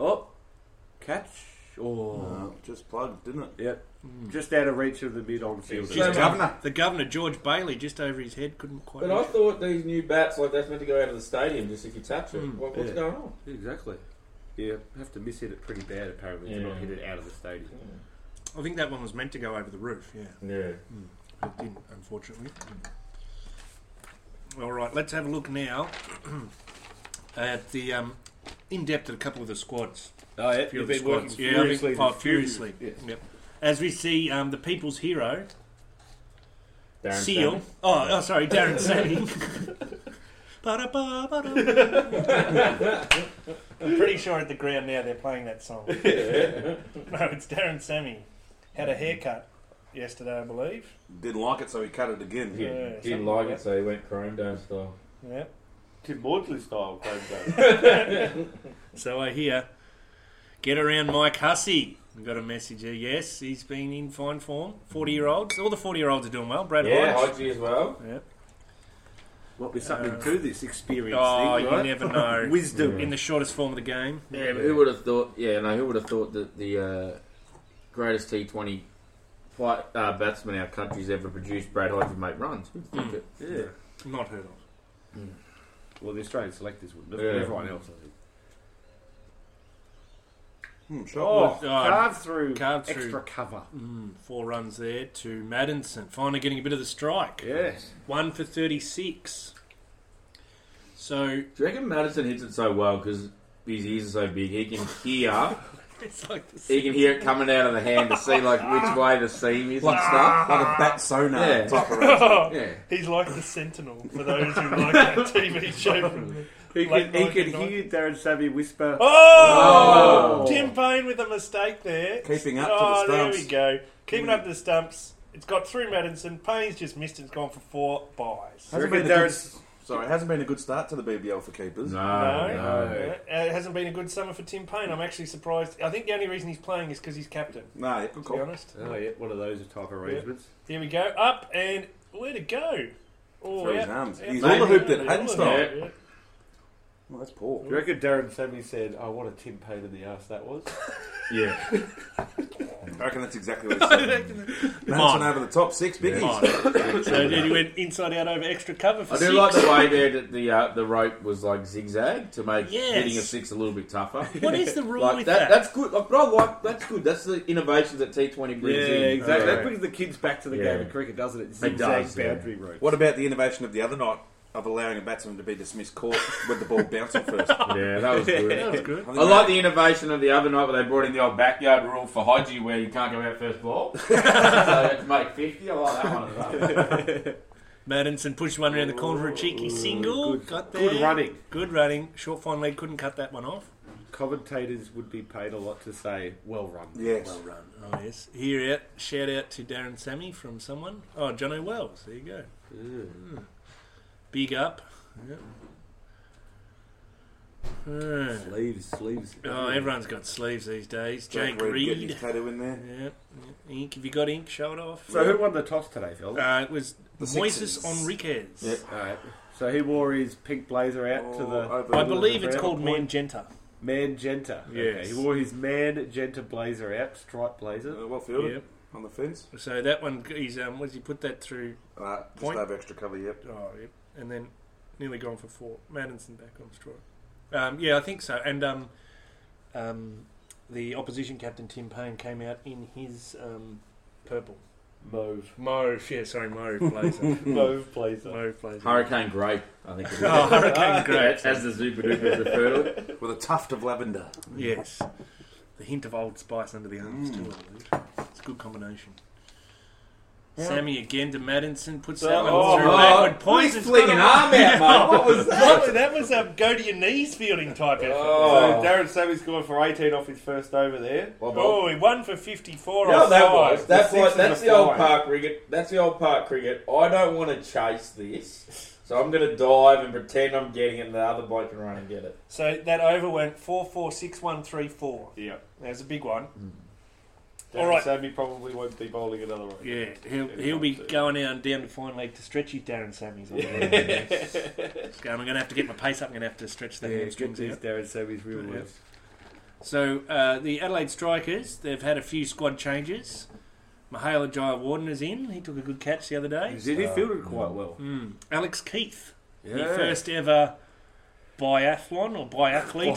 Speaker 7: Oh. Catch. Oh.
Speaker 6: Oh, just plugged, didn't it?
Speaker 7: Yep. Mm. Just out of reach of the mid on field.
Speaker 2: Just-
Speaker 4: Just-
Speaker 6: Governor.
Speaker 4: The governor, George Bailey, just over his head, couldn't quite.
Speaker 2: But I
Speaker 4: reach it.
Speaker 2: thought these new bats, like that's meant to go out of the stadium just if you touch it.
Speaker 4: Hmm.
Speaker 2: What, what's
Speaker 7: yeah.
Speaker 2: going on?
Speaker 7: Exactly. Yeah, have to miss hit it pretty bad apparently to
Speaker 2: Yeah.
Speaker 7: not hit it out of the stadium.
Speaker 4: I think that one was meant to go over the roof, yeah.
Speaker 2: Yeah.
Speaker 4: But it didn't, unfortunately. All right, let's have a look now at the um, in depth at a couple of the squads.
Speaker 7: Oh yeah,
Speaker 4: Few of the squads. yeah, I think- oh, furiously. Yep. As we see, um, the people's hero,
Speaker 2: Darren
Speaker 4: Seal.
Speaker 2: Stanley.
Speaker 4: Oh, oh, sorry, Darren Sandy. I'm pretty sure at the ground now they're playing that song. no, it's Darren Sammy. Had a haircut yesterday, I believe.
Speaker 6: Didn't like it, so he cut it again.
Speaker 2: Yeah,
Speaker 4: Yeah, something
Speaker 2: didn't like
Speaker 4: like
Speaker 2: it, so he went chrome down style.
Speaker 4: Yeah.
Speaker 5: Tim Maudsley style. Craig Jones.
Speaker 4: So I hear, get around Mike Hussey. We've got a message here. Yes, he's been in fine form. 40 year olds. All the 40 year olds are doing well. Brad
Speaker 2: Yeah,
Speaker 4: Hodge.
Speaker 2: Hodgie as well.
Speaker 4: Yeah.
Speaker 7: Might be something to this experience
Speaker 4: Oh,
Speaker 7: thing,
Speaker 4: you
Speaker 7: right?
Speaker 4: never know.
Speaker 7: Wisdom.
Speaker 4: In the shortest form of the game.
Speaker 2: Yeah, but who would have thought? Yeah, no, who would have thought that the uh, greatest T Twenty uh, batsman our country's ever produced, Brad Hodge, would make runs? Who'd think it?
Speaker 7: Yeah.
Speaker 4: Not heard of.
Speaker 7: Well, the Australian selectors wouldn't have,
Speaker 2: Yeah.
Speaker 7: but everyone else, I think.
Speaker 6: Hmm,
Speaker 7: Oh,
Speaker 6: shot.
Speaker 4: Oh,
Speaker 7: carved through,
Speaker 4: carved through.
Speaker 7: extra cover.
Speaker 4: Four runs there to Maddinson. Finally getting a bit of the strike.
Speaker 7: Yes.
Speaker 4: One for 36. So
Speaker 2: Do you reckon Madison hits it so well because his ears are so big? He can hear,
Speaker 4: it's like this.
Speaker 2: he can hear it coming out of the hand to see like which way the seam is and
Speaker 6: Like,
Speaker 2: stuff.
Speaker 6: like a bat sonar
Speaker 2: Yeah.
Speaker 6: type of race.
Speaker 2: Yeah,
Speaker 1: He's like the Sentinel for those who like that TV show. From
Speaker 7: He
Speaker 1: Late
Speaker 7: could, he
Speaker 1: night,
Speaker 7: could
Speaker 1: good night.
Speaker 7: hear Darren Savvy whisper.
Speaker 1: oh,
Speaker 7: Oh.
Speaker 1: Tim Payne with a mistake there.
Speaker 6: Keeping up to
Speaker 1: oh,
Speaker 6: the stumps. Mm.
Speaker 1: there we go. Keeping up to the stumps. It's got through Madison. Payne's just missed it. It's gone for four buys.
Speaker 6: Hasn't
Speaker 7: reckon
Speaker 6: been a good,
Speaker 7: Darren's-
Speaker 6: sorry, hasn't been a good start to the BBL for keepers.
Speaker 1: No,
Speaker 2: no.
Speaker 1: Uh, it hasn't been a good summer for Tim Payne. I'm actually surprised. I think the only reason he's playing is because he's captain.
Speaker 6: No, yeah, good
Speaker 1: To be
Speaker 6: call.
Speaker 1: honest.
Speaker 7: Oh, yeah, one of those type arrangements.
Speaker 1: Here we go. Up and where to go? Oh,
Speaker 6: Through his
Speaker 1: out-
Speaker 6: arms.
Speaker 1: out-
Speaker 6: He's all hooped it.
Speaker 1: Yeah,
Speaker 6: Hadn't
Speaker 1: all
Speaker 6: stopped.
Speaker 1: hooped it.
Speaker 6: Well, that's poor.
Speaker 7: Do you reckon Darren Savvy said, oh, what a Tim Payne in the ass that was?
Speaker 2: yeah.
Speaker 6: I reckon that's exactly what he said. Manson over the top six biggies.
Speaker 4: Fine. so then he went inside out over extra cover for
Speaker 2: I do
Speaker 4: six.
Speaker 2: like the way there that the uh, the rope was like zigzag to make
Speaker 4: Yes.
Speaker 2: hitting a six a little bit tougher.
Speaker 4: What is the rule
Speaker 2: Like
Speaker 4: with
Speaker 2: that,
Speaker 4: that?
Speaker 2: that's good. Like, but I like that's good. That's the innovations that T Twenty brings in.
Speaker 7: That brings the kids back to the
Speaker 2: Yeah.
Speaker 7: game of cricket, doesn't it?
Speaker 2: does, yeah.
Speaker 7: boundary rope.
Speaker 6: What about the innovation of the other night? of allowing a batsman to be dismissed court with the ball bouncing first. I
Speaker 2: Yeah, that was good.
Speaker 4: That was good.
Speaker 6: think
Speaker 2: I like the innovation of the other night where they brought in the old backyard rule for Hodgie where you can't go out first ball. so you have to make 50. I like that one as well.
Speaker 4: Madinson pushed one around the corner for a cheeky single.
Speaker 7: Oh,
Speaker 4: got there.
Speaker 7: good running.
Speaker 4: Good running. Short fine leg couldn't cut that one off.
Speaker 7: Commentators would be paid a lot to say, well run.
Speaker 6: Yes.
Speaker 4: Well run. Oh yes. Here out shout out to Darren Sammy from someone. Oh, John O'Wells. There you go. Mm. Big up. Yep. Mm.
Speaker 7: Sleeves, sleeves.
Speaker 4: Oh, everyone's got sleeves these days. Jake
Speaker 6: Reed getting
Speaker 4: Reed.
Speaker 6: his tattoo in there.
Speaker 4: Yeah, yeah. Ink. Have you got ink? Show it off.
Speaker 7: So who won the toss today, Phil?
Speaker 4: Uh, it was
Speaker 6: The
Speaker 4: Moises
Speaker 6: Sixers.
Speaker 4: Enriquez.
Speaker 6: Yeah.
Speaker 7: All right. So he wore his pink blazer out to
Speaker 6: Oh,
Speaker 7: the
Speaker 6: over
Speaker 4: I
Speaker 6: the-
Speaker 4: believe it's
Speaker 7: Brown
Speaker 4: called
Speaker 7: point.
Speaker 4: Mangenta.
Speaker 7: Mangenta.
Speaker 4: Yes.
Speaker 7: Okay. He wore his Mangenta blazer out, stripe blazer.
Speaker 6: Uh, well fielded
Speaker 4: Yep.
Speaker 6: on the fence.
Speaker 4: So that one, he's um, was he put that through?
Speaker 6: Uh, just
Speaker 4: Point.
Speaker 6: have extra cover. Yep.
Speaker 4: Oh, yep. And then nearly gone for four. Madison back on straw. Um, yeah, I think so. And um, um, the opposition captain Tim Payne came out in his um, purple
Speaker 5: Mauve.
Speaker 4: mauve. Yeah, sorry, mauve blazer.
Speaker 2: Hmm.
Speaker 5: Mauve blazer.
Speaker 4: mauve blazer.
Speaker 2: Hurricane Grape, I think it is.
Speaker 4: Oh, Hurricane Grape.
Speaker 2: Grape. As the Zupa Dupas refer to it.
Speaker 6: With a tuft of lavender.
Speaker 4: Yes. The hint of old spice under the arms, too, I believe. It's a good combination. Sammy again to Madison, puts that one
Speaker 5: oh,
Speaker 4: through
Speaker 2: oh,
Speaker 4: backward points.
Speaker 2: he's
Speaker 4: It's
Speaker 2: flinging
Speaker 4: got
Speaker 2: arm out, mate. What was that?
Speaker 1: That was- that was a go to your knees fielding type effort.
Speaker 5: So
Speaker 2: Oh.
Speaker 5: Darren Sammy's gone for 18 off his first over there.
Speaker 1: Oh, he won for 54
Speaker 2: You know
Speaker 1: on
Speaker 2: what that
Speaker 1: five.
Speaker 2: was? That's
Speaker 5: The
Speaker 2: like
Speaker 5: six and
Speaker 2: that's
Speaker 5: the
Speaker 2: the old
Speaker 5: five.
Speaker 2: park cricket. That's the old park cricket. I don't want to chase this, so I'm going to dive and pretend I'm getting it, and the other bloke can run and get it.
Speaker 1: So that over went 44613
Speaker 5: Yeah.
Speaker 1: That was a big one.
Speaker 7: Hmm.
Speaker 5: Darren
Speaker 1: All right.
Speaker 5: Sammy probably won't be bowling another one.
Speaker 4: a- Yeah, he'll, he'll be going out down to fine leg to stretch his Darren Sammy's. on the road. He's going, I'm going to have to get my pace up. I'm going to have to stretch the
Speaker 7: yeah, get
Speaker 4: hamstrings
Speaker 7: these
Speaker 4: out.
Speaker 7: Darren Sammy's real
Speaker 4: Yeah.
Speaker 7: lips.
Speaker 4: So uh, the Adelaide Strikers, they've had a few squad changes. Mahela Jaya Warden is in. He took a good catch the other day.
Speaker 7: He did- he fielded quite well.
Speaker 4: Mm. Alex Keith the first ever biathlon or biathlete.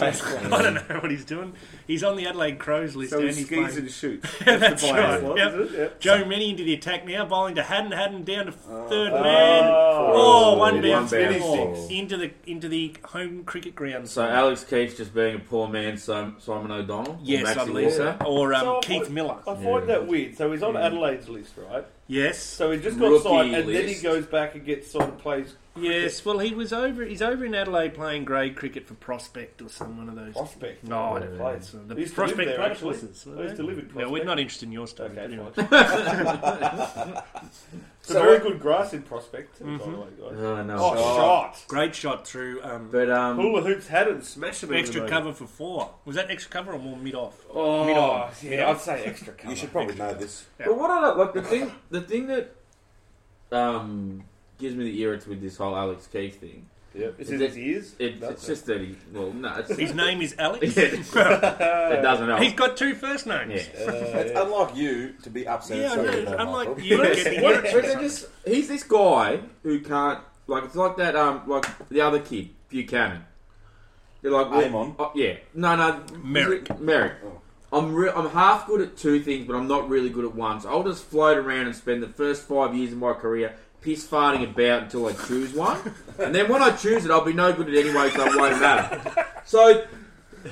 Speaker 4: I don't know what he's doing. He's on the Adelaide Crows list.
Speaker 7: So he
Speaker 4: and he's
Speaker 7: skis
Speaker 4: playing.
Speaker 7: and shoots.
Speaker 4: That's
Speaker 7: the
Speaker 4: right.
Speaker 7: biathlon,
Speaker 4: Yep.
Speaker 7: is it? Yep.
Speaker 4: Joe Many into the attack now, bowling to Haddon. Haddon down to third man.
Speaker 5: Um,
Speaker 4: Oh,
Speaker 2: Oh,
Speaker 4: one
Speaker 2: one
Speaker 4: bounce
Speaker 2: bounce.
Speaker 4: ball
Speaker 2: Six.
Speaker 4: into the into the home cricket ground.
Speaker 2: So Alex Keith's just being a poor man, Sim- Simon O'Donnell.
Speaker 4: yes,
Speaker 2: or
Speaker 4: I
Speaker 2: Maxi
Speaker 4: believe so.
Speaker 2: Walker.
Speaker 4: Or um,
Speaker 5: So I
Speaker 4: Keith
Speaker 5: would-
Speaker 4: Miller.
Speaker 5: I find that weird. So he's on
Speaker 4: Hmm.
Speaker 5: Adelaide's list, right?
Speaker 4: Yes,
Speaker 5: So he just got
Speaker 2: Rookie
Speaker 5: signed, and then he
Speaker 2: list.
Speaker 5: goes back and gets signed and plays
Speaker 4: yes. Well, he was over. He's over in Adelaide playing grade cricket for Prospect or some one of those.
Speaker 5: prospect.
Speaker 4: No, I don't know.
Speaker 5: Plays.
Speaker 4: It's, uh, The
Speaker 5: He used to live
Speaker 4: prospect
Speaker 5: there, actually.
Speaker 4: places.
Speaker 5: I used to live in
Speaker 4: No, we're
Speaker 5: Prospect.
Speaker 4: not interested in your stuff.
Speaker 5: Okay,
Speaker 4: anyway.
Speaker 5: fine. it's a very good grass in prospect.
Speaker 7: Mm-hmm.
Speaker 5: By the way, guys.
Speaker 2: Oh, no.
Speaker 5: Oh, shot.
Speaker 4: Great shot through um,
Speaker 2: But um,
Speaker 5: Hula hoops had it, smash it.
Speaker 4: extra cover for four. Was that extra cover or more mid off?
Speaker 5: Oh,
Speaker 4: Mid on.
Speaker 5: yeah, I'd say extra cover.
Speaker 6: You should probably know this.
Speaker 2: But what I don't- like the thing the thing that um gives me the irrits with this whole Alex Keith thing.
Speaker 5: Yep. It's in
Speaker 2: Is it-
Speaker 5: his ears.
Speaker 2: It,
Speaker 5: That's
Speaker 2: it's just that he well no it's
Speaker 4: His name is Alex.
Speaker 2: it doesn't help.
Speaker 4: He's got two first names.
Speaker 2: Yeah.
Speaker 6: It's unlike you to be upset.
Speaker 4: Yeah,
Speaker 6: at
Speaker 4: I know.
Speaker 6: something
Speaker 4: it's
Speaker 6: though,
Speaker 4: Unlike
Speaker 6: Michael.
Speaker 4: you,
Speaker 2: Yes.
Speaker 4: getting
Speaker 2: What-
Speaker 4: it.
Speaker 2: but they're just- he's this guy who can't like it's like that um like the other kid Buchanan. They're like well,
Speaker 6: Amon?
Speaker 2: oh, yeah, no, no,
Speaker 4: Merrick.
Speaker 2: is it- Merrick. I'm re- I'm half good at two things, but I'm not really good at one. So I'll just float around and spend the first five years of my career piss farting about until I choose one, and then when I choose it, I'll be no good at it anyway, so it won't matter. So,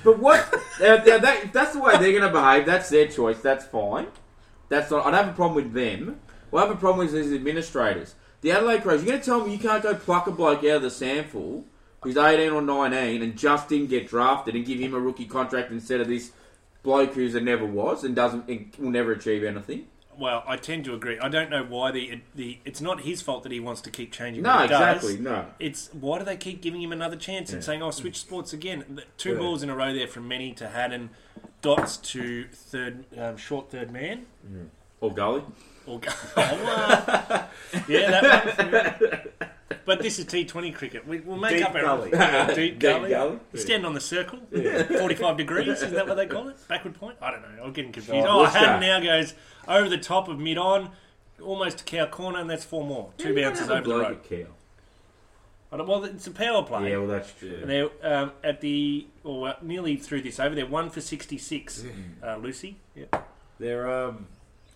Speaker 2: but what? Now, now that, if that's the way they're going to behave, that's their choice. That's fine. That's not. I don't have a problem with them. What I have a problem with is these administrators. The Adelaide Crows. You're going to tell me you can't go pluck a bloke out of the sample who's 18 or 19 and just didn't get drafted and give him a rookie contract instead of this bloke who's a never was and doesn't and will never achieve anything.
Speaker 4: Well, I tend to agree. I don't know why the the it's not his fault that he wants to keep changing.
Speaker 2: No,
Speaker 4: what he does.
Speaker 2: exactly. No.
Speaker 4: It's why do they keep giving him another chance and saying, "Oh, switch sports again"? The Two balls in a row there from Many to Haddon, dots to third um, short third man.
Speaker 2: Or gully.
Speaker 4: Or go, Oh, uh, yeah, that one. yeah. But this is T20 cricket. We, we'll make
Speaker 7: Deep
Speaker 4: up our
Speaker 7: gully.
Speaker 4: Yeah, deep
Speaker 2: Deep
Speaker 4: gully.
Speaker 2: gully.
Speaker 4: You Stand on the circle, 45 degrees. Is that what they call it? Backward point? I don't know. I'm getting confused. Oh,
Speaker 2: Worcester.
Speaker 4: Haddon now goes over the top of mid on, almost to cow corner, and that's four more. Two bounces over the
Speaker 2: Bloke
Speaker 4: rope.
Speaker 2: at Keogh.
Speaker 4: I don't, well, it's a power play.
Speaker 2: Yeah, well, that's true.
Speaker 4: And they're um, at the or uh, nearly through this over. They're one for sixty-six. Uh, Lucy.
Speaker 7: They're um,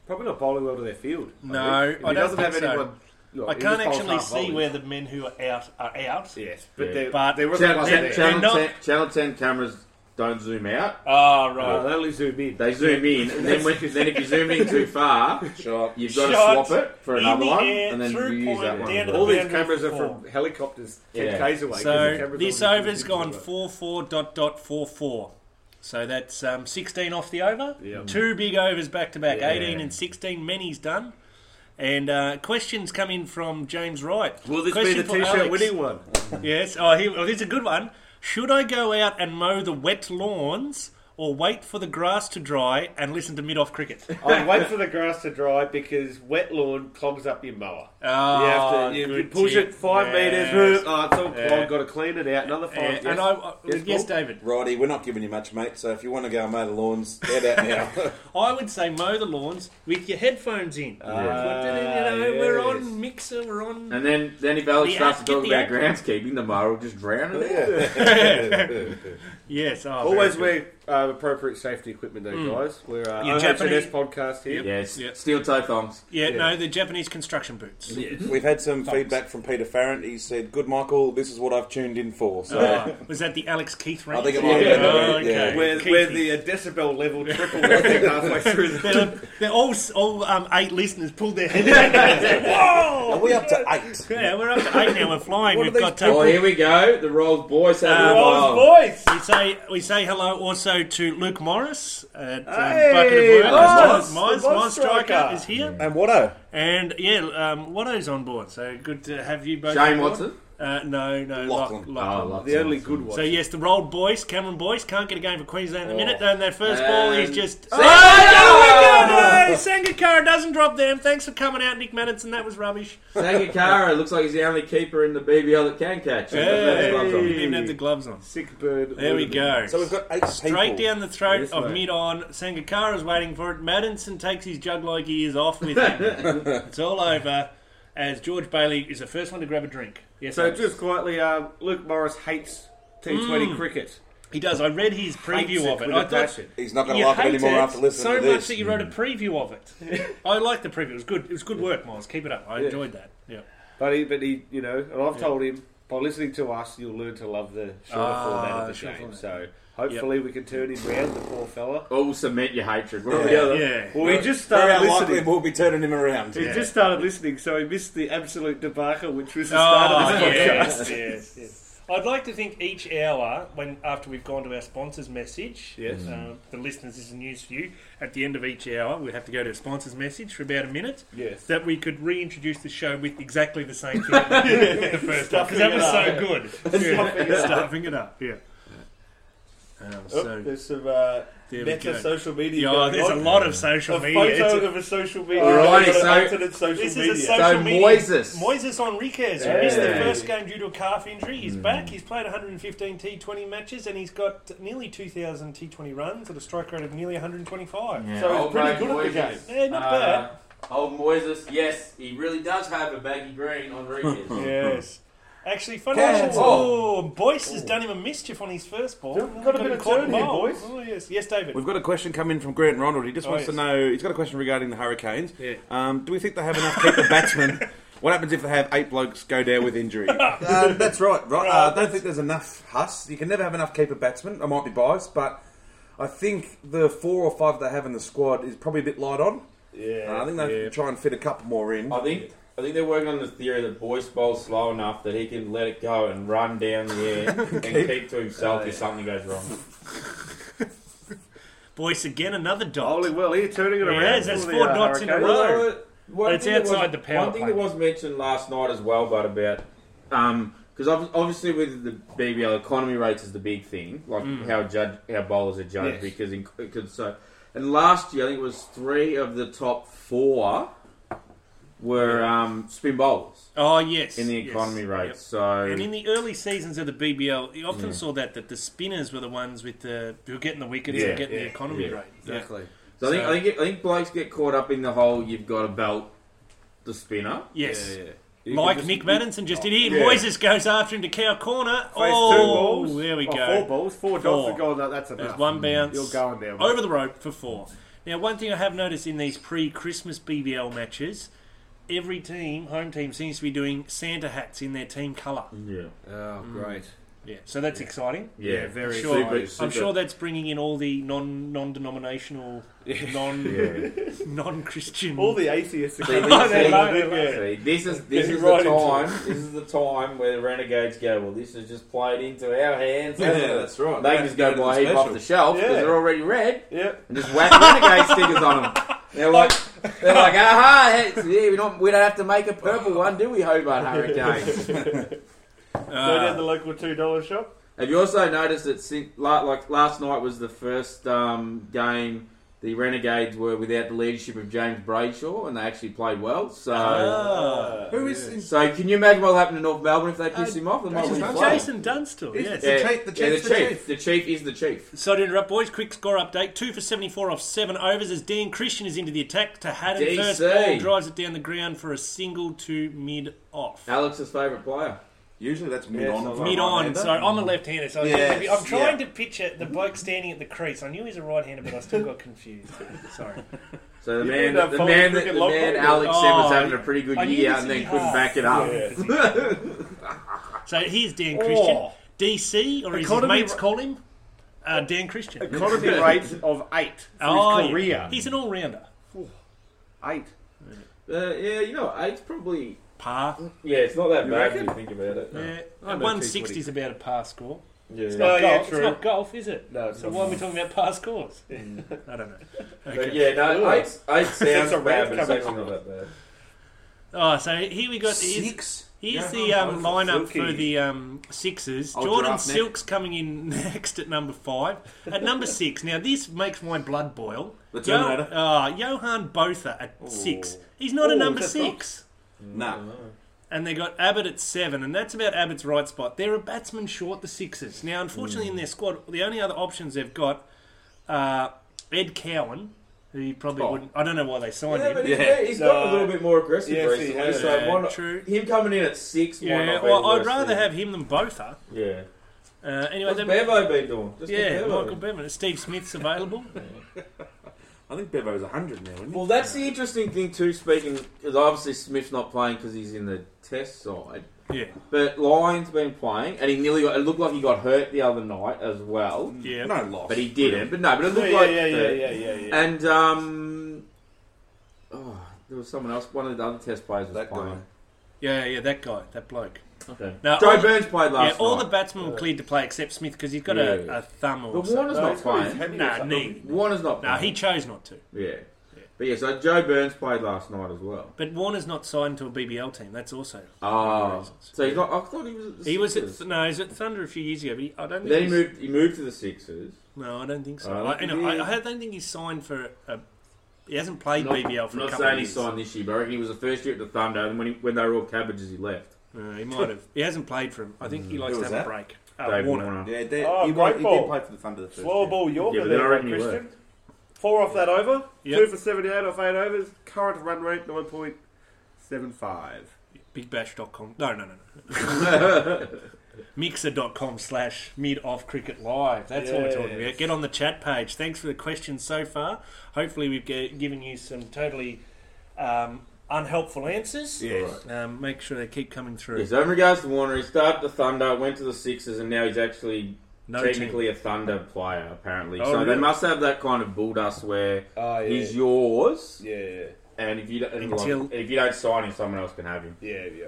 Speaker 7: probably not bowling well to their field.
Speaker 4: No,
Speaker 7: think. If
Speaker 4: I
Speaker 7: he
Speaker 4: don't
Speaker 7: doesn't
Speaker 4: think
Speaker 7: have
Speaker 4: so.
Speaker 7: anyone Look,
Speaker 1: I
Speaker 7: he
Speaker 1: can't
Speaker 7: just bowls
Speaker 1: actually
Speaker 7: half
Speaker 1: see
Speaker 7: volleys.
Speaker 1: where the men who are out are out.
Speaker 7: Yes, but
Speaker 2: Yeah.
Speaker 7: there,
Speaker 1: But-
Speaker 7: there was
Speaker 2: Channel,
Speaker 7: one
Speaker 2: 10,
Speaker 7: there.
Speaker 2: channel,
Speaker 1: not-
Speaker 2: 10 channel 10 cameras don't zoom out.
Speaker 1: Ah,
Speaker 7: Oh,
Speaker 1: right.
Speaker 7: they only zoom in.
Speaker 2: They zoom in, and then, when, then if you zoom in too far,
Speaker 6: Shot.
Speaker 2: you've got
Speaker 1: Shot
Speaker 2: to swap it for
Speaker 1: in
Speaker 2: another
Speaker 1: the
Speaker 2: one,
Speaker 1: air,
Speaker 2: and then you
Speaker 1: through
Speaker 2: use
Speaker 1: point,
Speaker 2: that one.
Speaker 1: down to
Speaker 7: All
Speaker 1: the
Speaker 7: these
Speaker 1: Andrew
Speaker 7: cameras are
Speaker 1: before.
Speaker 7: from helicopters 10
Speaker 2: Yeah.
Speaker 7: k's away. 'cause the
Speaker 4: So
Speaker 7: camera's
Speaker 4: this
Speaker 7: all in
Speaker 4: over's
Speaker 7: the
Speaker 4: gone
Speaker 7: picture.
Speaker 4: four four dot dot four four. So that's um, sixteen off the over.
Speaker 7: Yep.
Speaker 4: Two big overs back to back,
Speaker 2: Yeah.
Speaker 4: eighteen and sixteen. Many's done. And uh, questions come in from James Wright.
Speaker 7: Will this
Speaker 4: Question
Speaker 7: be the
Speaker 4: for
Speaker 7: t-shirt
Speaker 4: Alex.
Speaker 7: winning one?
Speaker 4: Yes. Oh, here, oh, this is a good one. Should I go out and mow the wet lawns or wait for the grass to dry and listen to mid-off cricket?
Speaker 7: I wait for the grass to dry because wet lawn clogs up your mower.
Speaker 4: Oh,
Speaker 7: you have to you, you
Speaker 4: good
Speaker 7: push
Speaker 4: tip.
Speaker 7: it five
Speaker 4: Yes.
Speaker 7: meters. Oh, it's all clogged.
Speaker 4: Yeah.
Speaker 7: Got to clean it out. Another
Speaker 4: Yeah,
Speaker 7: five. yes.
Speaker 4: And I, I yes,
Speaker 7: Yes, Paul?
Speaker 4: David.
Speaker 6: Righty, we're not giving you much, mate. So if you want to go and mow the lawns, get out now.
Speaker 4: I would say mow the lawns with your headphones in. Put it in, you know, we're on mixer, we're on.
Speaker 2: And then, then if Alex
Speaker 4: The
Speaker 2: starts
Speaker 4: app,
Speaker 2: to
Speaker 4: get
Speaker 2: talk
Speaker 4: the
Speaker 2: about
Speaker 4: app.
Speaker 2: groundskeeping, the mower will just drown in it.
Speaker 4: yes, oh,
Speaker 7: Always
Speaker 4: very Hmm.
Speaker 7: wear uh, appropriate safety equipment, though, guys. We're uh,
Speaker 4: Your
Speaker 7: OHS
Speaker 4: Japanese-
Speaker 7: podcast here.
Speaker 2: Yes,
Speaker 4: Yep.
Speaker 2: steel toe thongs.
Speaker 4: good. Yeah, no, the Japanese construction boots.
Speaker 6: We've had some feedback from Peter Farrant. He said, "Good, Michael. This is what I've tuned in for." So
Speaker 4: Ah, was that the Alex Keith range?
Speaker 6: think it might
Speaker 7: have been
Speaker 4: Oh,
Speaker 6: that, yeah.
Speaker 4: okay.
Speaker 7: We're,
Speaker 4: Keithy.
Speaker 7: we're the uh, decibel level triple I think, halfway through the.
Speaker 4: They're, they're all all um, eight listeners pulled their heads. back. Whoa!
Speaker 6: are we up to eight?
Speaker 4: Yeah, we're up to eight now. We're flying.
Speaker 6: What
Speaker 4: We've
Speaker 6: are
Speaker 4: got
Speaker 6: these
Speaker 4: to.
Speaker 2: Oh, here we go. The Rolls boys have
Speaker 4: Uh,
Speaker 2: the
Speaker 4: Rolls
Speaker 2: ball.
Speaker 5: Boys!
Speaker 4: We say we say hello also to Luke Morris at um,
Speaker 5: Hey,
Speaker 4: Bucket of Work.
Speaker 5: Moz,
Speaker 4: Moz,
Speaker 5: the Moz
Speaker 4: Moz Striker
Speaker 5: Striker.
Speaker 4: is here,
Speaker 6: And what a
Speaker 4: and yeah, um, Watto's on board. So good to have you both. on
Speaker 2: Shane
Speaker 4: board.
Speaker 2: Watson.
Speaker 4: Uh, no, no, Lachlan.
Speaker 6: Lachlan.
Speaker 2: Oh,
Speaker 4: Lachlan.
Speaker 2: love
Speaker 7: The only good one.
Speaker 4: so yes, the rolled boys, Cameron Boyce, can't get a game for Queensland in a minute, and their first
Speaker 2: And-
Speaker 4: ball is just.
Speaker 2: Oh,
Speaker 4: Oh, no, Sangakkara doesn't drop them. Thanks for coming out, Nick Madison. That was rubbish.
Speaker 2: Sangakara looks like he's the only keeper in the BBL that can catch.
Speaker 4: Hey.
Speaker 2: That's what
Speaker 4: He
Speaker 2: I'm
Speaker 4: didn't have the gloves on.
Speaker 7: Sick bird.
Speaker 4: There we go.
Speaker 6: So we've got eight
Speaker 4: Straight
Speaker 6: people.
Speaker 4: down the throat
Speaker 7: Yes,
Speaker 4: of
Speaker 7: mate.
Speaker 4: mid on. Sangakkara's waiting for it. Madison takes his jug like he is off with him. it's all over as George Bailey is the first one to grab a drink. Yes,
Speaker 7: So
Speaker 4: Alex.
Speaker 7: just quietly, um, Luke Morris hates T20
Speaker 4: Hmm.
Speaker 7: cricket.
Speaker 4: he does. I read his preview
Speaker 7: Hates
Speaker 4: of it.
Speaker 7: with
Speaker 4: I
Speaker 7: a
Speaker 4: thought,
Speaker 7: passion.
Speaker 6: He's not going
Speaker 4: You
Speaker 6: to like it
Speaker 4: hate
Speaker 6: anymore
Speaker 4: it
Speaker 6: after listening
Speaker 4: so
Speaker 6: to this.
Speaker 4: much that you wrote a preview of it. I like the preview. It was good. It was good work, Miles. Keep it up. I enjoyed that. Yeah.
Speaker 7: But he, but he, you know, and I've told him by listening to us, you'll learn to love the shorter
Speaker 4: Ah,
Speaker 7: format of the
Speaker 4: short
Speaker 7: game.
Speaker 4: format.
Speaker 7: So hopefully we can turn him round, the poor fella.
Speaker 2: All will cement your hatred. One or the other.
Speaker 4: Yeah.
Speaker 7: Well, he just
Speaker 6: Very
Speaker 7: started
Speaker 6: unlikely
Speaker 7: listening.
Speaker 6: we'll be turning him around.
Speaker 7: He just started listening, so he missed the absolute debacle, which was the start
Speaker 4: Oh,
Speaker 7: of this podcast.
Speaker 4: yes, yes, yes. I'd like to think each hour, when after we've gone to our sponsors' message,
Speaker 7: Yes.
Speaker 4: uh, the listeners this is news for you. At the end of each hour, we have to go to a sponsors' message for about a minute.
Speaker 7: Yes.
Speaker 4: That we could reintroduce the show with exactly the same thing. the first time, 'cause that was so good. Yeah. Stuffing it up. Yeah. Um,
Speaker 5: Oh,
Speaker 4: so
Speaker 5: there's some uh,
Speaker 4: there we
Speaker 5: meta
Speaker 4: go.
Speaker 5: social media.
Speaker 4: Yeah,
Speaker 5: going
Speaker 4: there's a
Speaker 5: on.
Speaker 4: lot of social
Speaker 5: A
Speaker 4: media. It's
Speaker 5: photo
Speaker 4: a-
Speaker 5: of a social media.
Speaker 2: Alrighty,
Speaker 5: We've got an
Speaker 2: so-
Speaker 5: alternate social
Speaker 4: this
Speaker 5: media.
Speaker 4: is a
Speaker 2: So
Speaker 4: social media.
Speaker 2: Moises.
Speaker 4: Moises Enriquez, who
Speaker 5: Hey.
Speaker 4: missed the first game due to a calf injury, he's
Speaker 2: Hmm.
Speaker 4: back. He's played 115 T20 matches and he's got nearly 2,000 T20 runs at a strike rate of nearly 125.
Speaker 2: Yeah,
Speaker 5: So he's
Speaker 2: old
Speaker 5: pretty
Speaker 2: mate
Speaker 5: good at the
Speaker 2: Moises.
Speaker 4: game. Yeah, not
Speaker 2: Uh, Old Moises, yes, he really does have a baggy green on Reeves.
Speaker 4: Yes. Actually, funny.
Speaker 6: Catch.
Speaker 4: enough, Oh, Boyce has done him a mischief on his first ball.
Speaker 5: Got a bit of
Speaker 4: caught
Speaker 5: turn here,
Speaker 4: ball.
Speaker 5: Boyce.
Speaker 4: Oh, yes. Yes, David.
Speaker 6: We've got a question come in from Grant Ronald. He just
Speaker 4: Oh,
Speaker 6: wants
Speaker 4: yes.
Speaker 6: to know. He's got a question regarding the Hurricanes.
Speaker 4: Yeah.
Speaker 6: Um, do we think they have enough keeper batsmen? What happens if they have eight blokes go down with injury? uh, that's right. Right. Uh, I don't think there's enough huss. You can never have enough keeper batsmen. I might be biased, but I think the four or five they have in the squad is probably a bit light on.
Speaker 5: Yeah.
Speaker 6: Uh, I think they
Speaker 4: Yeah.
Speaker 6: try and fit a couple more in.
Speaker 2: I think I think they're working on the theory that Boyce bowls slow enough that he can let it go and run down the air and keep to himself
Speaker 4: Uh,
Speaker 2: if something goes wrong.
Speaker 4: Boyce again, another dot.
Speaker 7: Holy well, here turning it
Speaker 4: Yeah,
Speaker 7: around.
Speaker 4: that's
Speaker 7: for
Speaker 4: four
Speaker 7: uh,
Speaker 4: dots in a
Speaker 7: Hurricanes.
Speaker 4: row.
Speaker 2: Although, one
Speaker 4: It's
Speaker 2: thing that was-
Speaker 4: outside the power
Speaker 2: One thing
Speaker 4: play.
Speaker 2: that was mentioned last night as well, but about because obviously with the BBL economy rates is the big thing, like how judge how bowlers are judged
Speaker 4: Mm. Yes.
Speaker 2: because in, because so and last year I think it was three of the top four were um, spin bowlers
Speaker 4: Oh, yes.
Speaker 2: in the
Speaker 4: yes.
Speaker 2: economy
Speaker 4: Yep.
Speaker 2: rates. So
Speaker 4: And in the early seasons of the BBL, you often saw that that the spinners were the ones with the who were getting the wickets
Speaker 2: Yeah,
Speaker 4: and getting
Speaker 7: yeah,
Speaker 4: the economy
Speaker 2: yeah.
Speaker 4: rate.
Speaker 7: Exactly.
Speaker 2: So I think,
Speaker 4: So-
Speaker 2: I think I think blokes get caught up in the whole you've got to belt the spinner.
Speaker 4: Yes.
Speaker 7: Yeah, yeah.
Speaker 4: Like Nick Madison just did here.
Speaker 2: Yeah.
Speaker 4: Moises goes after him to cow corner.
Speaker 7: Face
Speaker 4: oh,
Speaker 7: two balls.
Speaker 4: there we
Speaker 7: Oh,
Speaker 4: go.
Speaker 7: Four balls, four,
Speaker 4: Four.
Speaker 7: dots for goal. No, that's
Speaker 4: There's
Speaker 7: enough.
Speaker 4: one bounce.
Speaker 7: You're going down.
Speaker 4: Over the rope for four. Now, one thing I have noticed in these pre Christmas BBL matches, every team, home team, seems to be doing Santa hats in their team colour.
Speaker 7: Mm.
Speaker 2: Yeah.
Speaker 8: Oh, great.
Speaker 4: Yeah, so that's exciting.
Speaker 2: Yeah.
Speaker 8: very
Speaker 4: Sure.
Speaker 8: exciting.
Speaker 4: I'm sure that's bringing in all the non non denominational, non non Christian.
Speaker 5: All the atheists are
Speaker 2: See,
Speaker 5: coming.
Speaker 2: this-
Speaker 5: They're like-
Speaker 2: see,
Speaker 5: they're like-
Speaker 2: see, this is this
Speaker 5: Getting
Speaker 2: is
Speaker 5: right
Speaker 2: the
Speaker 5: into
Speaker 2: time. This is the time where the renegades go. Well, this is just played into our hands.
Speaker 6: Yeah,
Speaker 2: hasn't it?"
Speaker 6: that's right.
Speaker 2: They just go
Speaker 6: That's
Speaker 2: buy a heap
Speaker 6: special.
Speaker 2: off the shelf because
Speaker 5: Yeah.
Speaker 2: they're already red
Speaker 5: Yeah.
Speaker 2: and just whack renegade stickers on them. They're like, they're like, aha! it's- Yeah, we don't we don't have to make a purple one, do we, Hobart Hurricanes?
Speaker 4: Ah.
Speaker 5: Go down the local two dollar shop.
Speaker 2: have you also noticed that since la- like last night was the first um, game? The Renegades were without the leadership of James Brayshaw, and they actually played well. So.
Speaker 6: Uh,
Speaker 4: Ah.
Speaker 6: Who is in
Speaker 2: So can you imagine what'll happen to North Melbourne if they piss him off? They might
Speaker 6: Uh, Jason
Speaker 2: win
Speaker 6: Dunstall.
Speaker 2: flag.
Speaker 4: Jason Dunstall, yes.
Speaker 6: The chief- the
Speaker 2: yeah,
Speaker 6: chief's
Speaker 2: the
Speaker 6: the
Speaker 2: chief.
Speaker 6: chief.
Speaker 2: The chief is the chief.
Speaker 4: So to interrupt, boys, quick score update. Two for 74 off seven overs as Dan Christian is into the attack. Haddon
Speaker 2: DC.
Speaker 4: first ball drives it down the ground for a single to mid off.
Speaker 2: Alex's favourite player.
Speaker 6: Usually that's mid on.
Speaker 4: Mid on, so I'm a left-hander, so
Speaker 6: Yes,
Speaker 4: I'm trying to picture the bloke standing at the crease. I knew he was a right-hander, but I still got confused. Sorry.
Speaker 2: So the
Speaker 5: You
Speaker 2: man,
Speaker 5: end up
Speaker 2: the
Speaker 5: following
Speaker 2: man,
Speaker 5: cricket
Speaker 2: the
Speaker 5: long
Speaker 2: man
Speaker 5: ball.
Speaker 2: Alex
Speaker 4: Oh,
Speaker 2: said was having a pretty good
Speaker 4: I knew
Speaker 2: year
Speaker 4: this
Speaker 2: and then
Speaker 4: would be
Speaker 2: couldn't
Speaker 4: hard.
Speaker 2: back it up.
Speaker 4: So here's Dan Christian, DC, or as his
Speaker 7: Economy
Speaker 4: mates
Speaker 7: ri-
Speaker 4: call him, uh, Dan Christian.
Speaker 7: Economy rate of eight for
Speaker 4: Oh,
Speaker 7: his
Speaker 4: yeah.
Speaker 7: career.
Speaker 4: He's an all-rounder.
Speaker 7: Eight.
Speaker 2: Uh, yeah, you know, eight's probably.
Speaker 4: Par.
Speaker 2: Yeah, it's not that bad when you think about it.
Speaker 4: Yeah.
Speaker 8: I know
Speaker 4: 160 is about a par score.
Speaker 2: Yeah,
Speaker 5: Oh,
Speaker 4: golf.
Speaker 5: yeah,
Speaker 4: It's
Speaker 5: true.
Speaker 4: not golf, is it?
Speaker 5: No, it's
Speaker 4: So
Speaker 5: not.
Speaker 4: why are we talking about par scores? I don't know.
Speaker 2: but yeah no, eight, eight sounds
Speaker 5: a red
Speaker 2: bad, but it's
Speaker 5: coming
Speaker 2: actually not that bad.
Speaker 4: Oh, so here we got here's,
Speaker 6: six.
Speaker 4: here's
Speaker 6: Yeah,
Speaker 4: the um,
Speaker 6: I'm
Speaker 4: lineup
Speaker 6: fluky.
Speaker 4: for the um, sixes.
Speaker 6: I'll
Speaker 4: Jordan
Speaker 6: draft next.
Speaker 4: Silk's coming in next at number five. At number six, now this makes my blood boil.
Speaker 6: The
Speaker 4: Yo-
Speaker 6: Terminator.
Speaker 4: ah, Johan Botha at six. He's not a
Speaker 5: Ooh,
Speaker 4: number
Speaker 5: that's
Speaker 4: six.
Speaker 6: Nah.
Speaker 4: And they got Abbott at seven, and that's about Abbott's right spot. They're a batsman short, the Sixers. Now, unfortunately, in their squad, the only other options they've got are Ed Cowan, who you probably
Speaker 6: Oh.
Speaker 4: wouldn't. I don't know why they signed
Speaker 2: Yeah,
Speaker 4: him.
Speaker 2: but he's,
Speaker 6: Yeah. uh,
Speaker 2: he's gotten a
Speaker 5: No.
Speaker 2: little bit more aggressive
Speaker 5: Yes, he
Speaker 2: recently,
Speaker 5: has.
Speaker 2: so why
Speaker 4: Yeah,
Speaker 2: not,
Speaker 4: true.
Speaker 2: him coming in at six might
Speaker 4: Yeah,
Speaker 2: not be
Speaker 4: well,
Speaker 2: the worst
Speaker 4: I'd rather
Speaker 2: thing.
Speaker 4: have him than Botha.
Speaker 2: Yeah.
Speaker 4: Uh, anyway,
Speaker 2: What's
Speaker 4: then,
Speaker 2: Bevo been doing? Just
Speaker 4: yeah,
Speaker 2: Bevo.
Speaker 4: Michael Bevan. Steve Smith's available.
Speaker 6: I think Bevo's 100 now, isn't he?
Speaker 2: Well, that's the interesting thing too. Speaking, is obviously Smith's not playing because he's in the Test side,
Speaker 4: yeah,
Speaker 2: but Lyon's been playing, and he nearly got. It looked like he got hurt the other night as well,
Speaker 4: yeah.
Speaker 6: No loss.
Speaker 2: but he didn't. But no, but it
Speaker 5: Yeah,
Speaker 2: looked
Speaker 5: yeah,
Speaker 2: like.
Speaker 5: yeah, yeah,
Speaker 2: the-
Speaker 5: yeah, yeah, yeah.
Speaker 2: And um, oh, there was someone else. One of the other Test players was
Speaker 6: That guy.
Speaker 2: playing.
Speaker 4: Yeah, yeah, that guy, that bloke.
Speaker 2: Okay.
Speaker 4: Now,
Speaker 2: Joe
Speaker 4: all the-
Speaker 2: Burns played
Speaker 4: Yeah,
Speaker 2: last
Speaker 4: all
Speaker 2: night.
Speaker 4: the batsmen were cleared to play except Smith because he's got
Speaker 2: Yeah,
Speaker 4: a,
Speaker 2: yeah.
Speaker 4: a thumb or
Speaker 2: but
Speaker 4: something.
Speaker 2: Warner's
Speaker 7: No,
Speaker 2: not
Speaker 7: he's got his
Speaker 2: playing.
Speaker 7: hand-
Speaker 4: Nah, knee.
Speaker 2: Warner's not
Speaker 4: No,
Speaker 2: playing.
Speaker 4: he chose not to.
Speaker 2: Yeah. But yeah, so Joe Burns played last night as well.
Speaker 4: But Warner's not signed to a BBL team. That's also
Speaker 2: Oh,
Speaker 4: reasons.
Speaker 2: so he's not. I thought he was. At the
Speaker 4: He was at
Speaker 2: Sixers.
Speaker 4: th- no, he was at Thunder a few years ago. But he, I don't think
Speaker 2: then he
Speaker 4: he's-
Speaker 2: moved. He moved to the Sixers.
Speaker 4: No, I don't think
Speaker 2: I
Speaker 4: so.
Speaker 2: don't
Speaker 4: I,
Speaker 2: think
Speaker 4: and I-
Speaker 2: he-
Speaker 4: I don't think he's signed for. A, he hasn't played BBL Oh, for
Speaker 2: I'm
Speaker 4: a
Speaker 2: not
Speaker 4: couple of
Speaker 2: saying he
Speaker 4: years.
Speaker 2: signed this year, but I reckon he was the first year at the Thunder, and when he, when they were all cabbages, he left.
Speaker 4: No, he might have. He hasn't played for him. I think he
Speaker 2: Hmm.
Speaker 4: likes to
Speaker 6: Who
Speaker 4: have a
Speaker 6: was that?
Speaker 4: break. Uh,
Speaker 2: Dave
Speaker 4: Warner.
Speaker 2: Warner.
Speaker 6: Yeah, they,
Speaker 5: Oh,
Speaker 6: he,
Speaker 5: great
Speaker 6: won, he did
Speaker 5: ball.
Speaker 6: play for the Thunder the first
Speaker 5: Slower
Speaker 6: year.
Speaker 5: ball Yorker
Speaker 2: Yeah, but they
Speaker 5: there,
Speaker 2: reckon he
Speaker 5: Christian. Four off that over.
Speaker 4: Yep.
Speaker 7: Two for 78 off eight overs. Current run rate 9.75.
Speaker 4: Bigbash.com. No, no, no, no. Mixer.com slash mid off cricket live. That's what we're talking about. Get on the chat page. Thanks for the questions so far. Hopefully, we've ge- given you some totally um, unhelpful answers.
Speaker 6: Yes.
Speaker 4: Um, make sure they keep coming through.
Speaker 2: Yeah, so in regards to Warner, he started at the Thunder, went to the Sixers, and now he's actually
Speaker 4: No Oh,
Speaker 2: technically a Thunder player, apparently. so they must have that kind of bulldust where
Speaker 4: Ah,
Speaker 5: Oh, yeah.
Speaker 2: he's yours,
Speaker 5: yeah, yeah,
Speaker 2: and if you don't, and
Speaker 4: Until-
Speaker 2: like, if you don't sign him, someone else can have him.
Speaker 5: yeah, yeah.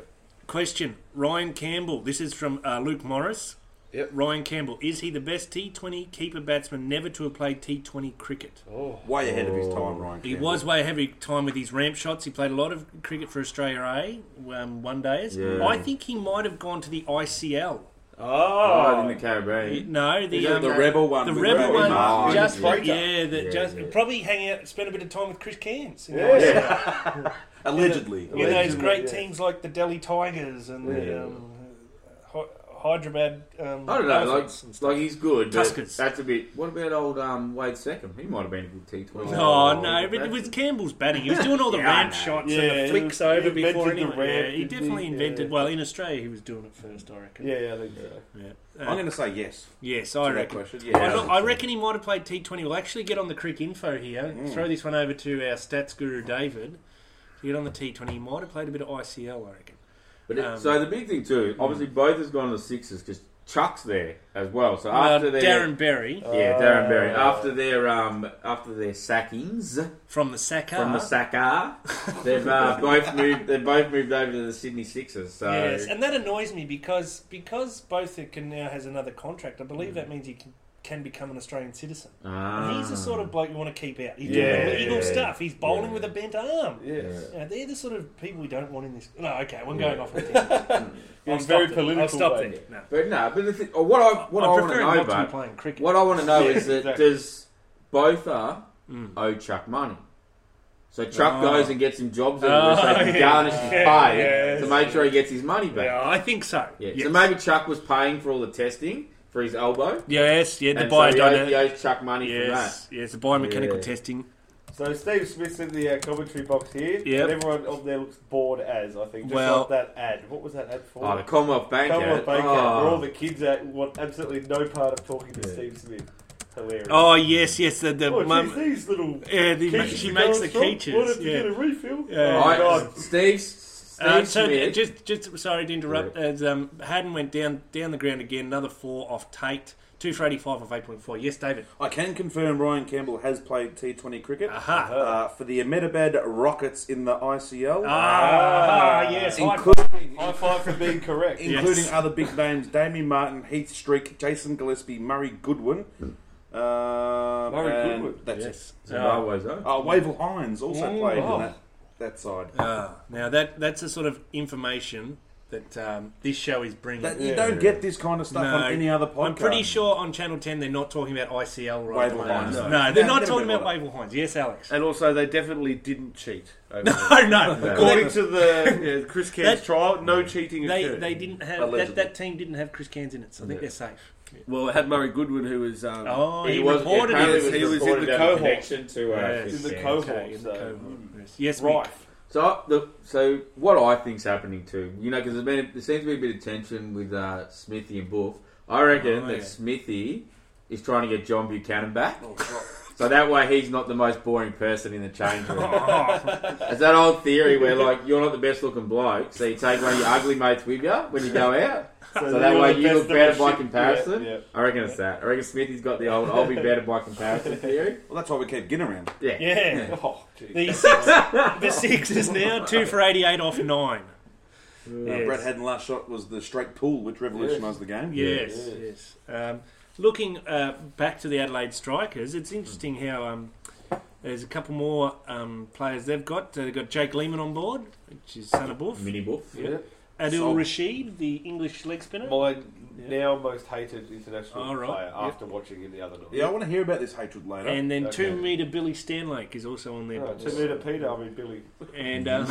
Speaker 4: Question Ryan Campbell. This is from uh, Luke Morris.
Speaker 5: Yep.
Speaker 4: Ryan Campbell. Is he the best T20 keeper batsman never to have played T20 cricket?
Speaker 6: Way ahead of his time, Ryan.
Speaker 4: He
Speaker 6: Campbell.
Speaker 4: was way ahead of his time with his ramp shots. He played a lot of cricket for Australia A, um, one days.
Speaker 2: Yeah.
Speaker 4: I think he might have gone to the ICL.
Speaker 2: Oh,
Speaker 5: Oh,
Speaker 4: Ah.
Speaker 2: in the Caribbean.
Speaker 4: No, the,
Speaker 6: The
Speaker 4: um,
Speaker 6: Rebel one.
Speaker 4: the
Speaker 6: with Ah,
Speaker 4: rebel
Speaker 6: Remy
Speaker 4: one.
Speaker 6: Ma.
Speaker 2: Martin.
Speaker 4: just
Speaker 5: Yeah.
Speaker 4: yeah, the,
Speaker 2: Oh, Yeah,
Speaker 4: just
Speaker 2: yeah.
Speaker 4: probably hang out, spend a bit of time with Chris Cairns. In
Speaker 5: Yeah.
Speaker 4: those,
Speaker 6: Allegedly.
Speaker 4: in those great
Speaker 5: yeah.
Speaker 4: teams like the Delhi Tigers and the um, Hy- Hyderabad. Um,
Speaker 2: I don't know, like,
Speaker 4: Elephants and stuff.
Speaker 2: like he's good. But
Speaker 4: Tuskers.
Speaker 2: That's a bit. What about old um, Wade Seckham? He might have been a good T twenty.
Speaker 4: Oh, no, but it was Campbell's batting. He was doing all the
Speaker 2: Yeah, I
Speaker 4: ramp
Speaker 2: know.
Speaker 4: shots
Speaker 5: Yeah,
Speaker 4: and the flicks
Speaker 5: he
Speaker 4: over
Speaker 5: invented
Speaker 4: before
Speaker 5: the
Speaker 4: anyone.
Speaker 5: ramp,
Speaker 4: yeah, he
Speaker 5: didn't
Speaker 4: definitely
Speaker 5: he? Yeah.
Speaker 4: invented. Well, in Australia, he was doing it first, I reckon.
Speaker 5: yeah, yeah, I think so.
Speaker 4: Yeah. Uh,
Speaker 6: I'm going to say yes.
Speaker 4: yes, I
Speaker 6: to that
Speaker 4: reckon.
Speaker 6: question.
Speaker 4: Oh, I,
Speaker 6: Yeah.
Speaker 4: look, I reckon he might have played T20. We'll actually get on the crick info here. Throw this one over to our stats guru, David. to get on the T20. He might have played a bit of ICL, I reckon.
Speaker 2: But it,
Speaker 4: Um,
Speaker 2: so the big thing too, obviously both has gone to the Sixers because Chuck's there as well. So after
Speaker 4: Uh,
Speaker 2: their Oh.
Speaker 4: Darren Oh. Berry
Speaker 2: yeah, Darren Berry after their um after their sackings
Speaker 4: from the Saka.
Speaker 2: from the Saka, they've uh, both moved. They have both moved over to the Sydney Sixers. So
Speaker 4: Yes, and that annoys me because because Botha can now has another contract. I believe that means he can, can become an Australian citizen. And
Speaker 2: Ah.
Speaker 4: he's the sort of bloke you want to keep out. He's doing
Speaker 7: Yeah,
Speaker 4: illegal
Speaker 7: yeah,
Speaker 4: stuff. He's bowling
Speaker 2: yeah.
Speaker 4: with a bent arm.
Speaker 7: Yes.
Speaker 4: Yeah, they're the sort of people we don't want in this. No, okay, we're going off. on a tangent. I'll
Speaker 7: You're
Speaker 4: stop
Speaker 7: very
Speaker 4: there.
Speaker 7: political.
Speaker 4: I'll stop
Speaker 7: mate.
Speaker 4: there. No.
Speaker 2: But no, but the thing, oh, what I what I,
Speaker 4: I
Speaker 2: want to
Speaker 4: prefer
Speaker 2: know,
Speaker 4: not to be
Speaker 2: but
Speaker 4: playing cricket.
Speaker 2: what I want to know is that
Speaker 7: exactly.
Speaker 2: does both are owe Chuck money? So Chuck
Speaker 4: Oh.
Speaker 2: goes and gets some jobs everywhere so he can
Speaker 4: yeah.
Speaker 2: garnish his pay
Speaker 4: yes.
Speaker 2: to make sure he gets his money back.
Speaker 4: Yeah, I think so.
Speaker 2: Yeah.
Speaker 4: Yes.
Speaker 2: So maybe Chuck was paying for all the testing for his elbow.
Speaker 4: yes, yeah, the
Speaker 2: and so he
Speaker 4: biodynamic.
Speaker 2: owes, he owes Chuck money
Speaker 4: yes, yes, the biomechanical
Speaker 2: Yeah.
Speaker 4: testing.
Speaker 7: So Steve Smith's in the uh, commentary box here.
Speaker 4: Yep.
Speaker 7: And everyone on there looks bored as, I think. Just
Speaker 4: Well-
Speaker 7: like that ad. What was that ad for?
Speaker 2: for that. Oh, the Commonwealth Bank.
Speaker 7: Commonwealth
Speaker 2: ad.
Speaker 7: Bank
Speaker 2: Oh.
Speaker 7: ad, where all the kids at want absolutely no part of talking to Steve Smith. Hilarious.
Speaker 4: Oh yes, yes, the, the
Speaker 7: Oh,
Speaker 4: mum-
Speaker 7: geez, these little
Speaker 4: yeah, the,
Speaker 7: creatures
Speaker 4: she
Speaker 7: are
Speaker 4: makes the
Speaker 7: going strong. We'll
Speaker 4: creatures.
Speaker 7: have to
Speaker 4: Yeah.
Speaker 7: get a refill.
Speaker 4: Yeah.
Speaker 7: Oh,
Speaker 2: All right,
Speaker 7: God.
Speaker 2: Steve. Steve
Speaker 4: Uh, so
Speaker 2: Smith.
Speaker 4: just, just sorry to interrupt. As um, Haddon went down down the ground again, another four off Tate, two for eighty five off eight point four. Yes, David.
Speaker 6: I can confirm Ryan Campbell has played T20 cricket
Speaker 4: Aha.
Speaker 6: uh, for the Ahmedabad Rockets in the ICL,
Speaker 4: Ah, yes. high five.
Speaker 6: including,
Speaker 7: High five for being correct.
Speaker 6: including
Speaker 4: Yes.
Speaker 6: other big names Damien Martin, Heath Streak, Jason Gillespie, Murray Goodwin. Um,
Speaker 7: Murray
Speaker 6: and
Speaker 7: Goodwin?
Speaker 6: That's it.
Speaker 4: Yes. Uh,
Speaker 2: Zimbabwe's
Speaker 7: Oh,
Speaker 2: owe.
Speaker 6: Uh, Wavell Hines also
Speaker 4: Mm,
Speaker 6: played
Speaker 7: wow.
Speaker 6: in that, that side.
Speaker 4: ah, now that that's the sort of information that um, this show is bringing.
Speaker 6: That, You don't get this kind of stuff
Speaker 4: No.
Speaker 6: on any other podcast.
Speaker 4: I'm pretty sure on Channel 10 they're not talking about ICL right
Speaker 6: Wavell
Speaker 4: now.
Speaker 6: Hines.
Speaker 4: No,
Speaker 6: No,
Speaker 4: they're
Speaker 6: no,
Speaker 4: not
Speaker 6: never
Speaker 4: talking
Speaker 6: been
Speaker 4: about Wavell Hines. Yes, Alex.
Speaker 7: And also, they definitely didn't cheat. over there.
Speaker 4: No, no.
Speaker 7: According to the yeah, Chris Cairns
Speaker 4: That-
Speaker 7: trial, no cheating
Speaker 4: They,
Speaker 7: occurred.
Speaker 4: they didn't have that,
Speaker 6: Allegedly.
Speaker 4: that team didn't have Chris Cairns in it, so I think they're safe.
Speaker 7: Well, it had Murray Goodwin, who was um,
Speaker 4: Oh, he,
Speaker 2: was,
Speaker 4: reported
Speaker 2: apparently
Speaker 4: it.
Speaker 7: was- he was in
Speaker 2: reported
Speaker 7: the
Speaker 2: to have a
Speaker 7: cohort.
Speaker 2: Connection to, uh,
Speaker 4: Yes.
Speaker 7: in the
Speaker 2: Christian.
Speaker 7: cohort.
Speaker 4: Okay, in the
Speaker 7: so-
Speaker 4: cohort. Yes. Yes, Mick.
Speaker 7: rife.
Speaker 2: So the so what I think's happening too, you know, because there's been there seems to be a bit of tension with uh, Smithy and Booth. I reckon
Speaker 4: Oh,
Speaker 2: that
Speaker 4: yeah.
Speaker 2: Smithy is trying to get John Buchanan back,
Speaker 7: Oh,
Speaker 2: so that way he's not the most boring person in the change room.
Speaker 7: Oh.
Speaker 2: it's that old theory where like you're not the best looking bloke, so you take one of your ugly mates with you when you go out, so, that
Speaker 7: you're
Speaker 2: way
Speaker 7: the
Speaker 2: you
Speaker 7: best
Speaker 2: look
Speaker 7: of the
Speaker 2: better by
Speaker 7: shit.
Speaker 2: comparison.
Speaker 7: Yeah, yeah.
Speaker 2: I reckon it's that. I reckon Smithy's got the old "I'll be better by comparison" theory.
Speaker 6: Well, that's why we keep getting around. Uh,
Speaker 2: Yeah.
Speaker 4: Yeah.
Speaker 7: Oh, geez.
Speaker 4: The six, the six is now two for eighty-eight off nine.
Speaker 6: Uh,
Speaker 4: Yes.
Speaker 6: Brett Haddon last shot was the straight pool, which revolutionised the game.
Speaker 4: Yes, yes. Um, looking uh, back to the Adelaide Strikers, it's interesting how um, there's a couple more um, players they've got. Uh, they've got Jake Lehman on board, which is son of Boof.
Speaker 2: Mini Booth.
Speaker 7: Yeah.
Speaker 4: Adil
Speaker 6: Sold.
Speaker 4: Rashid, the English leg spinner.
Speaker 7: My now most hated international
Speaker 4: All right.
Speaker 7: player after watching him the other night.
Speaker 6: Yeah, I want to hear about this hatred later.
Speaker 4: And then
Speaker 7: Okay.
Speaker 4: two metre Billy Stanlake is also on their
Speaker 7: Oh,
Speaker 4: box.
Speaker 7: to me to Peter, I mean Billy.
Speaker 4: And uh,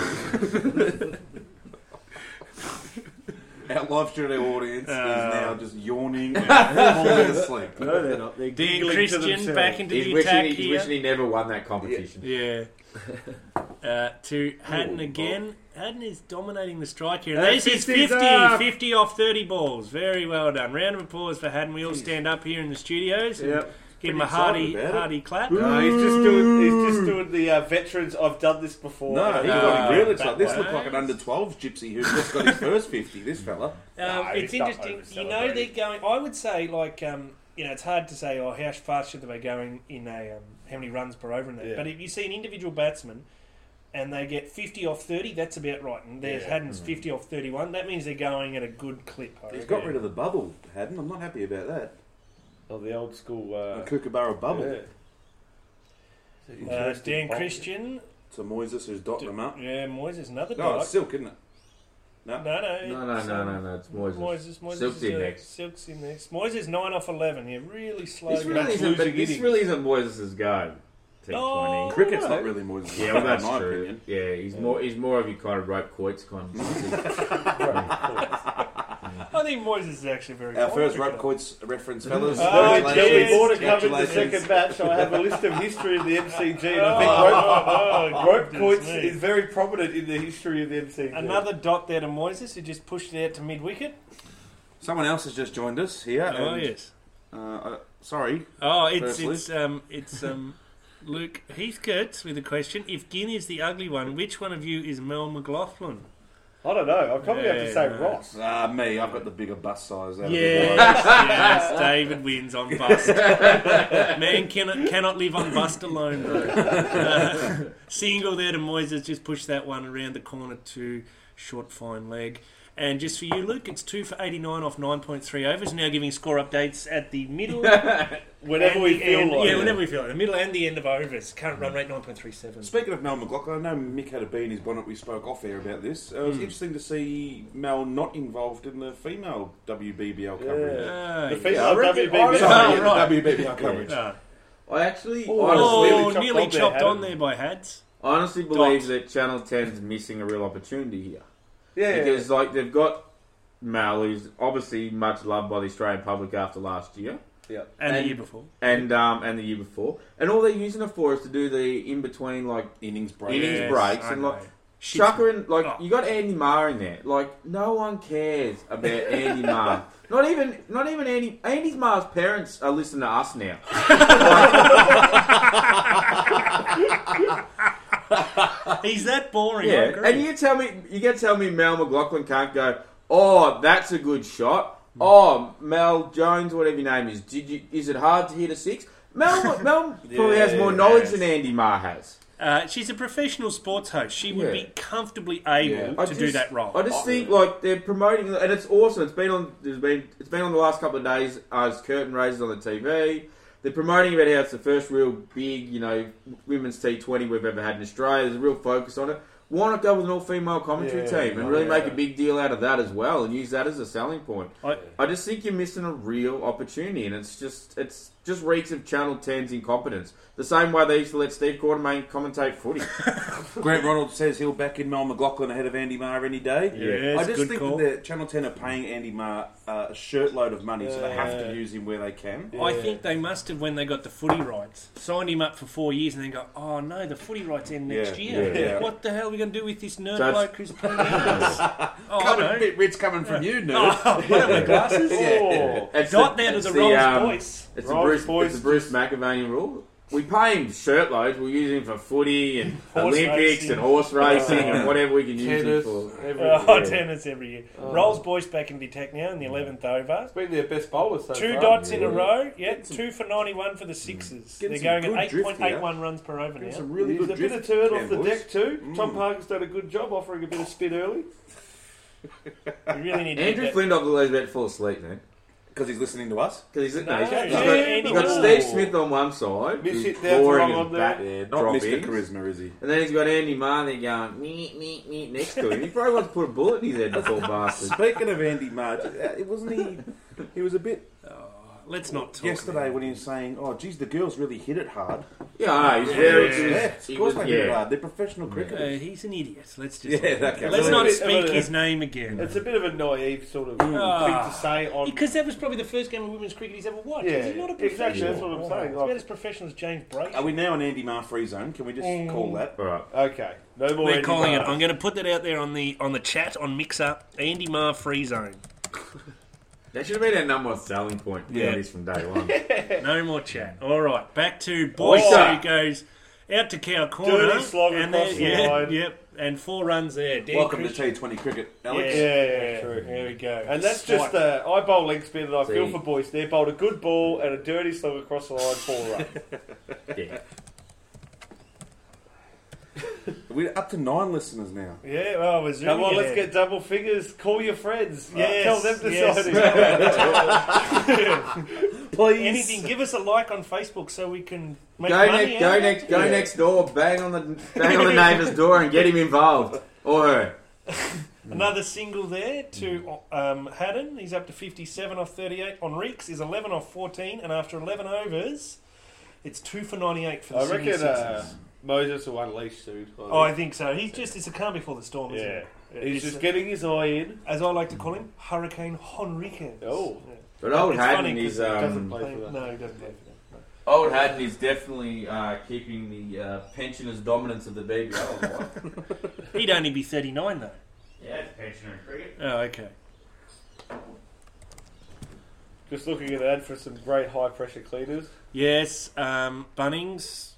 Speaker 6: Our live studio audience
Speaker 4: Uh,
Speaker 6: is now just yawning and falling asleep.
Speaker 7: No, they're not. They're
Speaker 4: Dean Christian back into
Speaker 2: He's
Speaker 4: the
Speaker 2: wishing
Speaker 4: attack
Speaker 2: he, he's
Speaker 4: here.
Speaker 2: wishing he never won that competition.
Speaker 4: Yeah. Uh, to Haddon again. Haddon is dominating the strike here.
Speaker 7: Uh,
Speaker 4: There's his
Speaker 7: 50s
Speaker 4: 50,
Speaker 7: up.
Speaker 4: 50 off 30 balls. Very well done. Round of applause for Haddon. We all stand up here in the studios. and
Speaker 7: Yep.
Speaker 4: Give him a
Speaker 6: Pretty
Speaker 4: hearty,
Speaker 6: excited about it.
Speaker 4: hearty clap.
Speaker 7: No, Uh, he's just doing. He's just doing the uh, veterans. I've done this before.
Speaker 6: No, he
Speaker 7: Uh,
Speaker 6: got really
Speaker 4: that
Speaker 6: excited. This
Speaker 4: way.
Speaker 6: looked like an under 12 gypsy who just got his first 50, this fella.
Speaker 4: Um,
Speaker 7: No,
Speaker 4: it's
Speaker 7: he's not
Speaker 4: interesting. You know,
Speaker 7: over-celebrating.
Speaker 4: they're going. I would say, like, um, you know, it's hard to say, oh, how fast should they be going in a um, how many runs per over and that.
Speaker 7: Yeah.
Speaker 4: But if you see an individual batsman and they get 50 off 30, that's about right. And there's
Speaker 7: Yeah.
Speaker 4: Haddon's 50 off 31. That means they're going at a good clip. I
Speaker 6: Mm. He's
Speaker 4: reckon. Uh,
Speaker 6: got rid of the bubble, Haddon. I'm not happy about that.
Speaker 7: Oh, the old school.
Speaker 6: A
Speaker 7: Uh,
Speaker 6: Kookaburra bubble
Speaker 7: yeah.
Speaker 4: Uh,
Speaker 7: Interesting
Speaker 4: Dan
Speaker 7: ball.
Speaker 4: Christian.
Speaker 6: to Moises, who's dotting them up.
Speaker 4: Yeah, Moises, another
Speaker 6: Oh,
Speaker 4: bloke.
Speaker 6: it's silk, isn't it?
Speaker 4: no, no,
Speaker 2: No, no,
Speaker 4: it's,
Speaker 2: no,
Speaker 4: um,
Speaker 2: no, no. It's Moises.
Speaker 4: Moises, Moises
Speaker 2: Silk's
Speaker 4: is,
Speaker 2: in
Speaker 4: uh,
Speaker 2: next.
Speaker 4: Silk's in next. Moises nine off eleven. Yeah, really slow.
Speaker 2: This really,
Speaker 4: going.
Speaker 2: isn't, but
Speaker 7: losing
Speaker 2: this
Speaker 7: innings.
Speaker 2: really isn't Moises' go. T20.
Speaker 4: Oh.
Speaker 6: Cricket's not really Moises'
Speaker 2: Yeah, well, that's
Speaker 6: in my
Speaker 2: true.
Speaker 6: opinion.
Speaker 2: Yeah, he's more he's more of your kind of rope quoits kind of.
Speaker 7: Uh,
Speaker 4: I think Moises is actually very.
Speaker 6: Our
Speaker 4: good
Speaker 6: first rope
Speaker 4: cricketer.
Speaker 6: coins reference, fellas.
Speaker 7: Oh,
Speaker 4: Oh,
Speaker 7: Jerry
Speaker 4: yes.
Speaker 7: Porter covered the
Speaker 6: Congratulations.
Speaker 7: second batch. I have a list of history of the MCG, and
Speaker 4: Oh,
Speaker 7: I think rope
Speaker 4: oh, oh,
Speaker 7: Rope
Speaker 4: goodness
Speaker 7: courts
Speaker 4: me.
Speaker 7: is very prominent in the history of the MCG.
Speaker 4: Another dot there to Moises, who just pushed it out to mid wicket.
Speaker 6: Someone else has just joined us here.
Speaker 4: Oh
Speaker 6: and,
Speaker 4: yes.
Speaker 6: uh, uh, sorry,
Speaker 4: Oh, it's
Speaker 6: Firstly.
Speaker 4: it's um it's um Luke Heathcote with a question. If Gin is the ugly one, which one of you is Mel McLaughlin?
Speaker 5: I don't know. I probably have
Speaker 4: Yeah,
Speaker 5: to say
Speaker 4: no.
Speaker 5: Ross.
Speaker 6: Ah, me. I've got the bigger bus size. out of the lot.
Speaker 4: Yes, yes, David wins on bust. Man cannot, cannot live on bust alone, bro. Uh, single there to Moises, just push that one around the corner to short fine leg. And just for you, Luke, it's two for 89 off 9.3 overs. Now giving score updates at the middle.
Speaker 5: Whenever
Speaker 4: and
Speaker 5: we
Speaker 4: the
Speaker 5: feel
Speaker 4: end-
Speaker 5: like
Speaker 4: Yeah,
Speaker 5: it.
Speaker 4: whenever we feel like it. The middle and the end of overs. Current run rate 9.37.
Speaker 6: Speaking of Mel McLaughlin, I know Mick had a bee in his bonnet. We spoke off air about this. Uh, it was interesting to see Mel not involved in the female WBBL coverage.
Speaker 4: Ah,
Speaker 5: The
Speaker 4: yeah.
Speaker 5: female
Speaker 6: I reckon-
Speaker 5: WBBL.
Speaker 6: Sorry, yeah,
Speaker 4: right.
Speaker 6: the WBBL coverage.
Speaker 4: Ah.
Speaker 2: I actually
Speaker 5: Oh,
Speaker 2: honestly,
Speaker 4: Oh,
Speaker 5: nearly
Speaker 4: nearly
Speaker 5: chopped on there,
Speaker 4: chopped on
Speaker 5: hadn't
Speaker 4: there by Hads.
Speaker 2: honestly believe that Channel 10's missing a real opportunity here.
Speaker 5: Yeah,
Speaker 2: Because like they've got Mal, who's obviously much loved by the Australian public after last year
Speaker 4: And, the
Speaker 2: And-
Speaker 4: year before.
Speaker 2: and um, and the year before, and all they're using it for is to do the in between like
Speaker 6: Innings break.
Speaker 2: Innings
Speaker 4: Yes,
Speaker 2: breaks
Speaker 4: I
Speaker 2: and, like,
Speaker 4: know. Shit's
Speaker 2: Chucker and like
Speaker 4: Oh.
Speaker 2: you got Andy Marr in there. Like no one cares about Andy Marr. Not even not even Andy Andy Marr's parents are listening to us now.
Speaker 4: He's that boring. I
Speaker 2: Yeah,
Speaker 4: agree.
Speaker 2: and you tell me, you can tell me Mel McLaughlin can't go. Oh, that's a good shot.
Speaker 4: Hmm.
Speaker 2: Oh, Mel Jones, whatever your name is. Did you? Is it hard to hit a six? Mel, Mel probably has more knowledge than Andy Marr has.
Speaker 4: Uh, she's a professional sports host. She would
Speaker 2: Yeah.
Speaker 4: be comforbly able to
Speaker 2: I
Speaker 4: do
Speaker 2: just-
Speaker 4: that role.
Speaker 2: I just think like they're promoting, and it's awesome. It's been on. There's been. It's been on the last couple of days as curtain raises on the TV. They're promoting about how it's the first real big, you know, women's T20 we've ever had in Australia. There's a real focus on it. Why not go with an all-female commentary
Speaker 7: Yeah,
Speaker 2: team and
Speaker 4: oh,
Speaker 2: really make a big deal out of that as well, and use that as a selling point?
Speaker 4: I-
Speaker 2: I just think you're missing a real opportunity, and it's just it's just reeks of Channel 10's incompetence. The same way they used to let Steve Quartermain commentate footy.
Speaker 6: Grant Ronald says he'll back in Mel McLaughlin ahead of Andy Marr any day.
Speaker 4: Yes,
Speaker 6: I just
Speaker 4: good
Speaker 6: think
Speaker 4: call.
Speaker 6: that the Channel 10 are paying Andy Marr uh, a shirtload of money, so they have to use him where they can.
Speaker 4: I think they must have, when they got the footy rights, signed him up for four years and then go, oh no, the footy rights end next
Speaker 6: Yeah,
Speaker 4: year.
Speaker 6: yeah, yeah.
Speaker 4: What the hell are we going to do with this nerd
Speaker 2: So it's-
Speaker 4: bloke who's playing us? oh, I
Speaker 6: Coming,
Speaker 4: don't know.
Speaker 6: bit rich coming from you, nerd.
Speaker 4: Oh, what are my glasses?
Speaker 5: Oh,
Speaker 2: It's
Speaker 4: Dot
Speaker 2: the-
Speaker 4: down to
Speaker 2: it's
Speaker 4: the, Rolls
Speaker 2: um,
Speaker 4: voice.
Speaker 2: It's the
Speaker 5: Rolls
Speaker 2: Bruce,
Speaker 5: Boys
Speaker 2: it's the Bruce McAvaney rule. We pay him shirtloads. We use him for footy and
Speaker 1: Horse
Speaker 2: Olympics
Speaker 1: racing.
Speaker 2: and horse racing and whatever we can use him
Speaker 7: Tennis.
Speaker 2: for.
Speaker 1: Oh, tennis every year. Rolls Boyce back in the attack now in the 11th over.
Speaker 7: Been their best bowlers so
Speaker 1: Two
Speaker 7: far.
Speaker 1: dots in a row. Yeah, two for 91 for the Sixers. They're
Speaker 6: Getting
Speaker 1: going
Speaker 6: some
Speaker 1: at
Speaker 6: good drift
Speaker 1: 8.81 runs per over now.
Speaker 6: Some really
Speaker 5: There's
Speaker 6: good
Speaker 5: a bit of
Speaker 6: drift
Speaker 5: turn
Speaker 6: there,
Speaker 5: off the
Speaker 6: boys.
Speaker 5: deck too. Tom Parker's done a good job offering a bit of spin early.
Speaker 1: We really need to
Speaker 2: Andrew
Speaker 1: get that.
Speaker 2: Flindog will always about to fall asleep, man.
Speaker 6: Because he's listening to us.
Speaker 2: Because he's, no,
Speaker 1: No,
Speaker 2: he's got, he's
Speaker 1: yeah,
Speaker 2: got,
Speaker 1: Andy
Speaker 2: he's got
Speaker 1: Moore.
Speaker 2: Steve Smith on one side,
Speaker 5: Miss
Speaker 2: who's
Speaker 5: it, that's
Speaker 2: boring
Speaker 5: wrong
Speaker 2: his
Speaker 5: on there.
Speaker 2: bat
Speaker 6: Not
Speaker 2: drop
Speaker 6: Mr.
Speaker 2: ins.
Speaker 6: Charisma, is he?
Speaker 2: And then he's got Andy Marr there going me me me next to him. He probably wants to put a bullet in his head, the poor bastard.
Speaker 6: Speaking of Andy Marr, it wasn't he. He was a bit
Speaker 4: Let's not talk.
Speaker 6: yesterday when he was saying, "Oh, geez, the girls really hit it hard."
Speaker 2: Yeah, I know, he's very.
Speaker 6: Yeah, of
Speaker 2: he
Speaker 6: course
Speaker 2: was-
Speaker 6: they hit it
Speaker 2: yeah.
Speaker 6: hard. They're professional
Speaker 4: Uh,
Speaker 6: cricketers.
Speaker 4: he's an idiot. Let's just.
Speaker 6: Yeah, that counts.
Speaker 4: Let's
Speaker 5: A
Speaker 4: not
Speaker 5: bit-
Speaker 4: speak
Speaker 5: uh,
Speaker 4: his name again.
Speaker 5: It's a bit of a naive sort of
Speaker 4: Ah.
Speaker 5: thing to say on.
Speaker 4: Because that was probably the first game of women's cricket he's ever watched.
Speaker 5: Yeah,
Speaker 4: He's not a
Speaker 5: exactly,
Speaker 4: professional.
Speaker 5: that's what I'm saying,
Speaker 4: He's
Speaker 5: like-
Speaker 4: about as professional as James Brake.
Speaker 6: Are we now in Andy Marr free zone? Can we just
Speaker 5: Mm.
Speaker 6: call that?
Speaker 2: All right.
Speaker 5: Okay, no more.
Speaker 4: We're
Speaker 5: Andy
Speaker 4: calling it.
Speaker 5: Barr.
Speaker 4: I'm going to put that out there on the on the chat on Mix Up. Andy Marr free zone.
Speaker 2: That should have been our number one selling point. Yeah,
Speaker 4: Yeah.
Speaker 2: it is from day one.
Speaker 4: No more chat. All right, back to Boyce
Speaker 2: Oh.
Speaker 4: who goes out to cow corner.
Speaker 5: Dirty slog
Speaker 4: and
Speaker 5: across
Speaker 4: there-
Speaker 5: the
Speaker 4: yeah,
Speaker 5: line.
Speaker 4: Yep, and four runs there. Dan
Speaker 6: Welcome to
Speaker 4: Christian-
Speaker 6: T20 cricket,
Speaker 4: yeah,
Speaker 6: Alex.
Speaker 5: Yeah,
Speaker 4: true. There we go.
Speaker 5: And that's just the I bowl leg spin and I feel
Speaker 2: See.
Speaker 5: for boys. They bowled a good ball and a dirty slug across the line for a run.
Speaker 2: Yeah.
Speaker 6: We're up to nine listeners now.
Speaker 1: Yeah, well, we're zooming
Speaker 5: Come on,
Speaker 1: in
Speaker 5: let's
Speaker 1: there.
Speaker 5: get double figures. Call your friends.
Speaker 1: Yes,
Speaker 5: Tell them to
Speaker 1: yes.
Speaker 5: sign it.
Speaker 6: Please,
Speaker 1: Anything, give us a like on Facebook so we can make
Speaker 2: Go
Speaker 1: money
Speaker 2: next,
Speaker 1: out
Speaker 2: go
Speaker 1: of it.
Speaker 2: next, go next door. Bang on the bang on the neighbour's door and get him involved or her.
Speaker 1: Another single there to um, Haddon. He's up to 57 off 38. On Reeks is 11 off 14. And after 11 overs, it's 2 for 98 for the
Speaker 5: I
Speaker 1: Sydney
Speaker 5: reckon uh,
Speaker 1: Sixers.
Speaker 5: Moses will unleash soon.
Speaker 7: uh,
Speaker 1: Oh, I think so. He's just, it's a calm before the storm, isn't
Speaker 5: yeah.
Speaker 1: it?
Speaker 5: He's
Speaker 1: It's,
Speaker 5: just getting his eye in.
Speaker 1: As I like to call him, Hurricane Henriquez.
Speaker 5: Oh.
Speaker 1: Yeah.
Speaker 2: But old
Speaker 1: It's
Speaker 2: Haddon
Speaker 1: funny
Speaker 2: is
Speaker 1: 'cause
Speaker 5: He doesn't
Speaker 2: um,
Speaker 5: play for that.
Speaker 1: No, he doesn't play for them.
Speaker 2: old Haddon is definitely uh, keeping the uh, pensioners' dominance of the Oh, BBL. alive.
Speaker 4: He'd only be 39 though.
Speaker 2: yeah, it's pensioner cricket.
Speaker 4: Oh, okay.
Speaker 5: Just looking at an ad for some great high pressure cleaners.
Speaker 4: Yes, um, Bunnings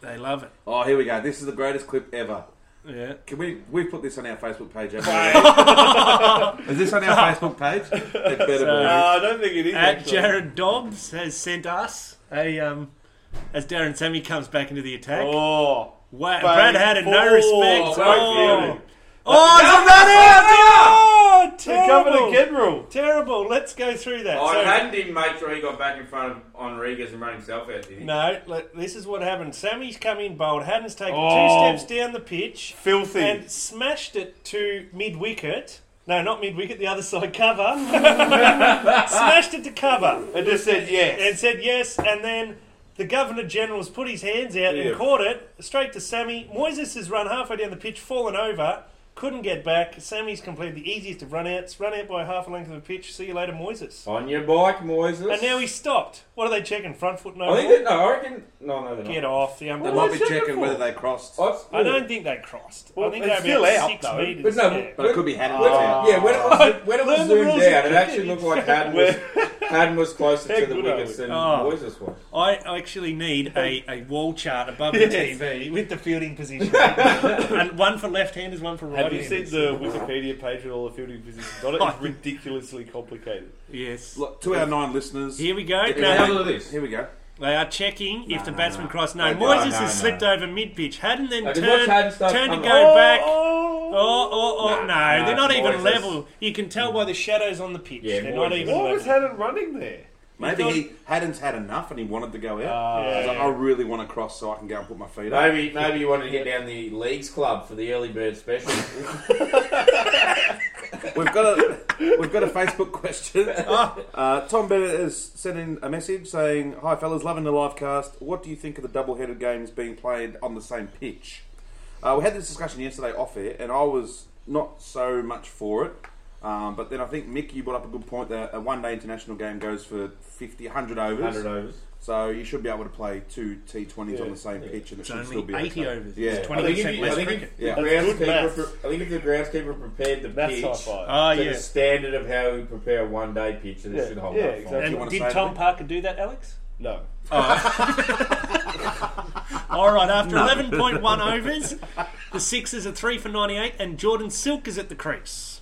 Speaker 4: They love it.
Speaker 6: Oh, here we go. This is the greatest clip ever.
Speaker 4: Yeah.
Speaker 6: Can we we put this on our Facebook page? haven't we? is this on our Facebook page? It better be.
Speaker 5: No, Uh,
Speaker 1: uh,
Speaker 5: I don't think it is.
Speaker 4: At
Speaker 5: actually.
Speaker 4: Jared Dobbs has sent us a um, as Darren Sammy comes back into the attack.
Speaker 5: Oh,
Speaker 4: wow, Brad had it, no
Speaker 5: four.
Speaker 4: respect.
Speaker 5: Great
Speaker 4: Oh,
Speaker 5: fielding.
Speaker 4: oh it's a run out! Oh,
Speaker 5: He covered
Speaker 4: terrible.
Speaker 5: again, rule.
Speaker 1: Terrible. Let's go through that.
Speaker 2: I
Speaker 1: So-
Speaker 2: hadn't even made sure he got back in front of Enriquez and run himself out, did he?
Speaker 1: No, look, this is what happened. Sammy's come in bold. Haddon's taken
Speaker 5: Oh.
Speaker 1: two steps down the pitch
Speaker 5: Filthy.
Speaker 1: and smashed it to mid wicket. No, not mid wicket, the other side cover. smashed it to cover
Speaker 5: It just said yes.
Speaker 1: and said yes. And then the Governor General's put his hands out
Speaker 2: Yeah.
Speaker 1: and caught it straight to Sammy. Moises has run halfway down the pitch, fallen over, couldn't get back. Sammy's completed the easiest of run outs, run out by half a length of the pitch. See you later, Moises.
Speaker 2: On your bike, Moises.
Speaker 1: And now he's stopped. What are they checking? Front foot, no
Speaker 2: I think
Speaker 1: ball?
Speaker 2: that, no, I reckon. No, no, they're not.
Speaker 1: Get off the
Speaker 6: They
Speaker 1: umpire.
Speaker 6: might be checking whether they crossed.
Speaker 4: Oh,
Speaker 2: I'd-
Speaker 1: I don't think they crossed. I think
Speaker 5: it's
Speaker 1: they're about
Speaker 5: still out,
Speaker 1: six
Speaker 5: though.
Speaker 1: metres.
Speaker 2: But no,
Speaker 1: yeah.
Speaker 6: But it could be Haddon.
Speaker 4: oh.
Speaker 2: When- yeah, when it was, when it was
Speaker 1: Learn the
Speaker 2: zoomed
Speaker 1: rules
Speaker 2: out,
Speaker 1: of
Speaker 2: it actually
Speaker 1: cricket.
Speaker 2: looked like Haddon was, Haddon was closer to the
Speaker 5: good are
Speaker 2: wickets than
Speaker 4: Oh.
Speaker 2: Moises was.
Speaker 4: I actually need a, a wall chart above the TV
Speaker 1: with the fielding position.
Speaker 4: and one for left-handers, one for
Speaker 5: Have you seen
Speaker 4: right-handers.
Speaker 5: the Wikipedia page with all the fielding positions on it? It's ridiculously complicated.
Speaker 4: Yes.
Speaker 6: Look, to our nine listeners,
Speaker 4: Here we go.
Speaker 2: Now, have a
Speaker 4: Now,
Speaker 2: look at this.
Speaker 6: here we go.
Speaker 4: they are checking if the batsman crossed. No,
Speaker 6: No, no,
Speaker 4: Moises
Speaker 6: no,
Speaker 4: has
Speaker 6: no.
Speaker 4: slipped over mid-pitch. Hadden then
Speaker 2: Have you watched
Speaker 4: turned,
Speaker 2: Haddon start
Speaker 4: turned to
Speaker 2: coming?
Speaker 4: go back.
Speaker 5: Oh,
Speaker 4: Oh, oh, oh, no,
Speaker 2: nah,
Speaker 4: they're not
Speaker 2: it's
Speaker 4: even
Speaker 2: Moises.
Speaker 4: level. You can tell by the shadows on the pitch.
Speaker 2: Yeah,
Speaker 4: they're not
Speaker 2: Moises.
Speaker 4: even
Speaker 5: what
Speaker 4: level.
Speaker 5: was Haddon running there?
Speaker 6: Maybe
Speaker 1: Because-
Speaker 6: he hadn't had enough and he wanted to go out.
Speaker 4: Ah.
Speaker 6: He's like,
Speaker 1: yeah.
Speaker 6: I really want to cross so I can go and put my feet up.
Speaker 2: Maybe, maybe you wanted to get down the leagues club for the early bird special.
Speaker 6: We've got a we've got a Facebook question.
Speaker 5: Ah.
Speaker 6: Uh, Tom Bennett has sent in a message saying, "Hi fellas, loving the live cast. What do you think of the double-headed games being played on the same pitch?" Uh, we had this discussion yesterday off air, and I was not so much for it. Um, but then I think Mick, you brought up a good point that a one-day international game goes for 50, 100 overs.
Speaker 2: 100 overs.
Speaker 6: So you should be able to play two T20s on the same pitch, and it
Speaker 4: It's
Speaker 6: should still
Speaker 4: only
Speaker 6: be
Speaker 4: 80
Speaker 6: okay.
Speaker 4: overs.
Speaker 6: Yeah.
Speaker 4: It's
Speaker 2: I think, if
Speaker 4: 20%
Speaker 2: you, I,
Speaker 4: less
Speaker 2: think
Speaker 4: cricket.
Speaker 2: if
Speaker 6: Yeah.
Speaker 2: the
Speaker 5: That's good
Speaker 2: groundskeeper
Speaker 5: maths.
Speaker 2: pre- I think if the groundskeeper prepared the
Speaker 5: That's
Speaker 2: pitch
Speaker 5: high five.
Speaker 4: Oh,
Speaker 2: to
Speaker 4: yeah.
Speaker 2: the standard of how we prepare a one day pitch, and it should hold
Speaker 5: yeah,
Speaker 2: up. fine.
Speaker 5: exactly.
Speaker 6: you
Speaker 4: And
Speaker 6: wanna
Speaker 4: did
Speaker 6: say
Speaker 4: Tom
Speaker 6: anything?
Speaker 4: Parker do that, Alex?
Speaker 5: No.
Speaker 4: All right, after 11.1 overs, the Sixers are 3 for 98, and Jordan Silk is at the crease.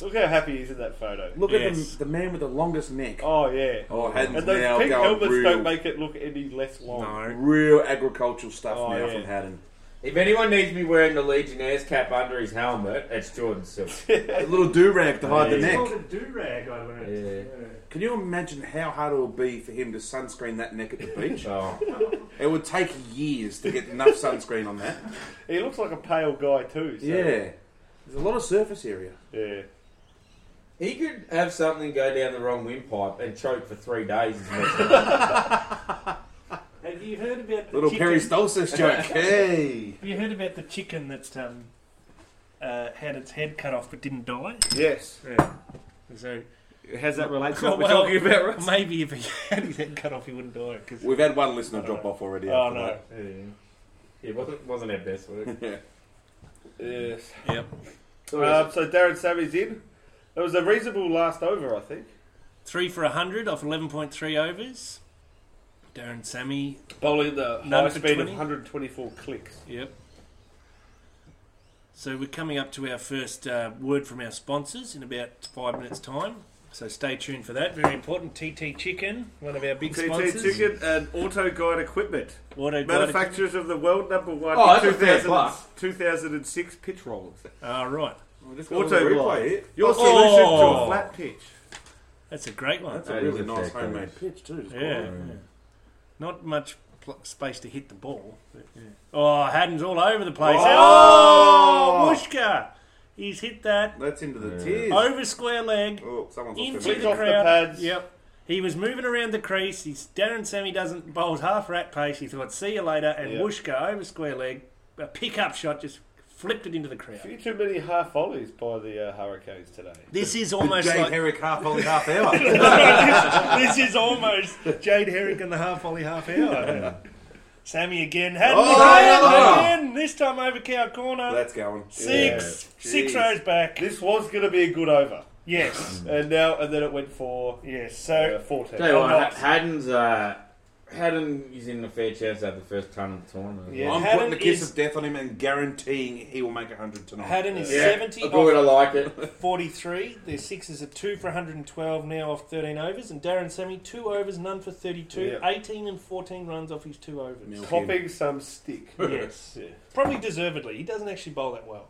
Speaker 5: Look how happy he is in that photo.
Speaker 6: Look at
Speaker 4: Yes.
Speaker 6: the, the man with the longest neck.
Speaker 5: Oh, yeah.
Speaker 6: Oh, Haddon's
Speaker 5: and those
Speaker 6: now
Speaker 5: pink
Speaker 6: going
Speaker 5: helmets
Speaker 6: real,
Speaker 5: don't make it look any less long.
Speaker 6: real agricultural stuff
Speaker 5: Oh,
Speaker 6: now
Speaker 5: yeah.
Speaker 6: from Haddon.
Speaker 2: If anyone needs to be wearing the Legionnaires cap under his helmet, it's Jordan Silk.
Speaker 6: A little do rag to hide the neck.
Speaker 1: do rag I wear.
Speaker 2: Yeah.
Speaker 6: Can you imagine how hard it would be for him to sunscreen that neck at the beach?
Speaker 2: Oh.
Speaker 6: it would take years to get enough sunscreen on that.
Speaker 5: He looks like a pale guy, too. So,
Speaker 6: Yeah. There's a lot of surface area.
Speaker 5: Yeah.
Speaker 2: He could have something go down the wrong windpipe and choke for three days. As
Speaker 1: Have you heard about the
Speaker 6: Little
Speaker 1: chicken?
Speaker 6: Perry's Dulces joke. Hey.
Speaker 1: Have you heard about the chicken that's um, uh, had its head cut off but didn't die?
Speaker 5: Yes.
Speaker 4: So,
Speaker 7: How's that relate to
Speaker 4: well,
Speaker 7: what we're talking about, Russ?
Speaker 4: maybe if he had his head cut off, he wouldn't die. 'cause-
Speaker 6: We've had one listener drop off already.
Speaker 1: Oh,
Speaker 4: Uh,
Speaker 6: after
Speaker 1: no.
Speaker 6: that.
Speaker 2: yeah. It wasn't, wasn't our best work.
Speaker 5: Yes.
Speaker 4: Yep.
Speaker 5: Um, so Darren Sammy's in. It was a reasonable last over, I think.
Speaker 4: 3 for 100 off 11.3 overs. Darren Sammy.
Speaker 5: Bowling the
Speaker 4: None
Speaker 5: high
Speaker 4: for
Speaker 5: speed of
Speaker 4: 20.
Speaker 5: 124 clicks.
Speaker 4: Yep. So, we're coming up to our first uh, word from our sponsors in about five minutes' time. So, stay tuned for that. Very important. TT Chicken, one of our big
Speaker 7: TT
Speaker 4: sponsors.
Speaker 7: Chicken and uh, Auto Guide Equipment.
Speaker 4: Auto
Speaker 7: Manufacturers of the world number one
Speaker 2: Oh, that's a fair
Speaker 7: 2000,
Speaker 2: plus. Oh.
Speaker 7: 2006 pitch rollers.
Speaker 4: Ah, right.
Speaker 6: We've just got a
Speaker 7: Auto
Speaker 6: little
Speaker 7: Glide.
Speaker 6: replay here.
Speaker 7: Your
Speaker 4: Oh.
Speaker 7: solution to a flat pitch.
Speaker 4: That's a great one.
Speaker 6: That's a
Speaker 2: That is
Speaker 6: really
Speaker 2: a fair
Speaker 6: nice homemade
Speaker 2: colours.
Speaker 6: pitch, too. It's
Speaker 4: Yeah.
Speaker 6: quite-
Speaker 4: Not much pl- space to hit the ball. but- Oh, Haddon's all over the place.
Speaker 6: Oh!
Speaker 4: Oh, Mushka! He's hit that
Speaker 6: That's into the tears.
Speaker 4: over square leg
Speaker 6: Oh, someone's off
Speaker 4: Oh. into
Speaker 6: their
Speaker 4: the
Speaker 5: off the
Speaker 6: mouth.
Speaker 4: crowd.
Speaker 5: pads.
Speaker 4: Yep. He was moving around the crease. He's Darren Sammy doesn't bowls half rat pace. He thought, "See you later." And
Speaker 5: Yeah.
Speaker 4: Wooshka over square leg, a pickup shot, just flipped it into the
Speaker 5: A
Speaker 4: crowd.
Speaker 5: few too many half volleys by the uh, Hurricanes today.
Speaker 4: This is almost
Speaker 6: Jade
Speaker 4: like
Speaker 6: Herrick half only half hour.
Speaker 1: this is almost Jade Herrick and the half volley half hour. Sammy again had
Speaker 6: Oh, yeah.
Speaker 1: again. This time over cow corner.
Speaker 6: That's going.
Speaker 1: six six
Speaker 6: Jeez.
Speaker 1: rows back.
Speaker 5: This was going to be a good over,
Speaker 1: Yes,
Speaker 5: and now and then it went for
Speaker 1: yes. So
Speaker 5: uh, 14.
Speaker 2: Tell you what,
Speaker 1: Not-
Speaker 2: Ha- Haddon's, uh, Haddon is in a fair chance to have the first ton of the tournament.
Speaker 4: Yeah.
Speaker 6: I'm
Speaker 4: Haddon
Speaker 6: putting the kiss
Speaker 4: is-
Speaker 6: of death on him and guaranteeing he will make 100 tonight.
Speaker 4: Haddon is
Speaker 2: Yeah,
Speaker 1: Oh,
Speaker 4: 70
Speaker 2: I would
Speaker 4: off
Speaker 2: have liked it.
Speaker 4: 43. Their sixes are 2 for 112 now off 13 overs. And Darren Sammy, 2 overs, none for 32.
Speaker 7: Yeah.
Speaker 4: 18 and 14 runs off his 2 overs.
Speaker 6: Milk him.
Speaker 7: Popping some stick.
Speaker 4: Yes. Probably deservedly. He doesn't actually bowl that well.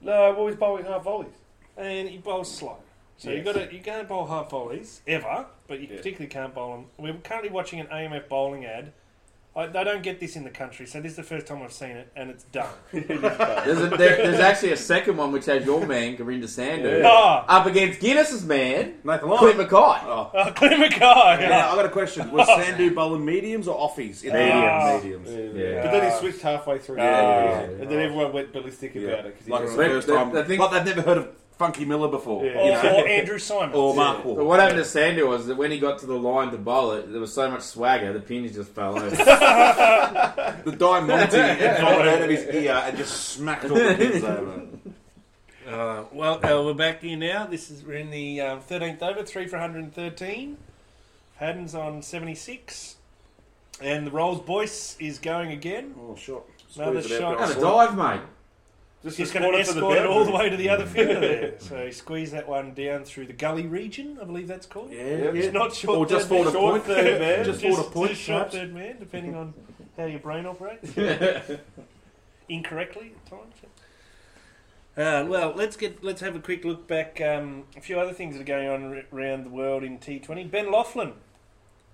Speaker 7: No, well, he's bowling half volleys.
Speaker 4: And he bowls slow. So you
Speaker 7: Yes.
Speaker 4: got to you can't bowl half volleys ever, but you
Speaker 7: Yeah.
Speaker 4: particularly can't bowl them. We're currently watching an AMF bowling ad. I, they don't get this in the country, so this is the first time I've seen it, and it's done.
Speaker 2: There's, a, there, there's actually a second one which has your man, Gorinda Sandu,
Speaker 7: Yeah.
Speaker 4: Ah,
Speaker 2: up against Guinness's man,
Speaker 6: Nathan
Speaker 2: Clint
Speaker 6: Lyon.
Speaker 2: McKay.
Speaker 6: Oh.
Speaker 4: oh, Clint McKay.
Speaker 6: Now, i got a question. Was Sandu bowling mediums or offies? in the-
Speaker 4: Mediums.
Speaker 6: mediums.
Speaker 2: Yeah.
Speaker 7: But then he switched halfway through.
Speaker 6: Yeah.
Speaker 7: And then everyone went ballistic
Speaker 6: Yeah.
Speaker 7: about it. 'cause he
Speaker 6: Like
Speaker 7: got
Speaker 6: it's
Speaker 7: it.
Speaker 6: the
Speaker 2: But
Speaker 6: first
Speaker 2: the-
Speaker 6: time.
Speaker 2: the thing-
Speaker 6: like they've never heard of Funky Miller before.
Speaker 7: Yeah.
Speaker 4: Or,
Speaker 6: You know?
Speaker 4: or Andrew Simons.
Speaker 6: Or Mark Wall.
Speaker 2: But what happened to Sandu was that when he got to the line to bowl it, there was so much swagger, the pins just fell over.
Speaker 6: The diamante got out of his ear and just smacked all the pins over.
Speaker 9: Uh,
Speaker 4: Well, uh, we're back here now. This is we're in the um, thirteenth over, three for hundred and thirteen. Haddon's on seventy six, and the Rolls Boyce is going again.
Speaker 6: Oh, sure.
Speaker 4: Another
Speaker 6: Squeeze it
Speaker 4: shot.
Speaker 6: out,
Speaker 2: Had a
Speaker 6: guys.
Speaker 2: dive, mate.
Speaker 7: Just He's
Speaker 4: He's going to
Speaker 7: going for
Speaker 4: escort it all the
Speaker 7: the
Speaker 4: way to the other fielder there. So he squeezed that one down through the gully region, I believe that's called.
Speaker 6: Yeah, yeah.
Speaker 4: It's not short.
Speaker 6: Or just
Speaker 4: third
Speaker 6: forward a
Speaker 4: man.
Speaker 6: point.
Speaker 7: third man.
Speaker 6: Just forward a point.
Speaker 4: just short
Speaker 6: perhaps.
Speaker 4: third man, depending on how your brain operates. Incorrectly at times. Uh, well, let's get let's have a quick look back. Um, a few other things that are going on r- around the world in T20. Ben Laughlin,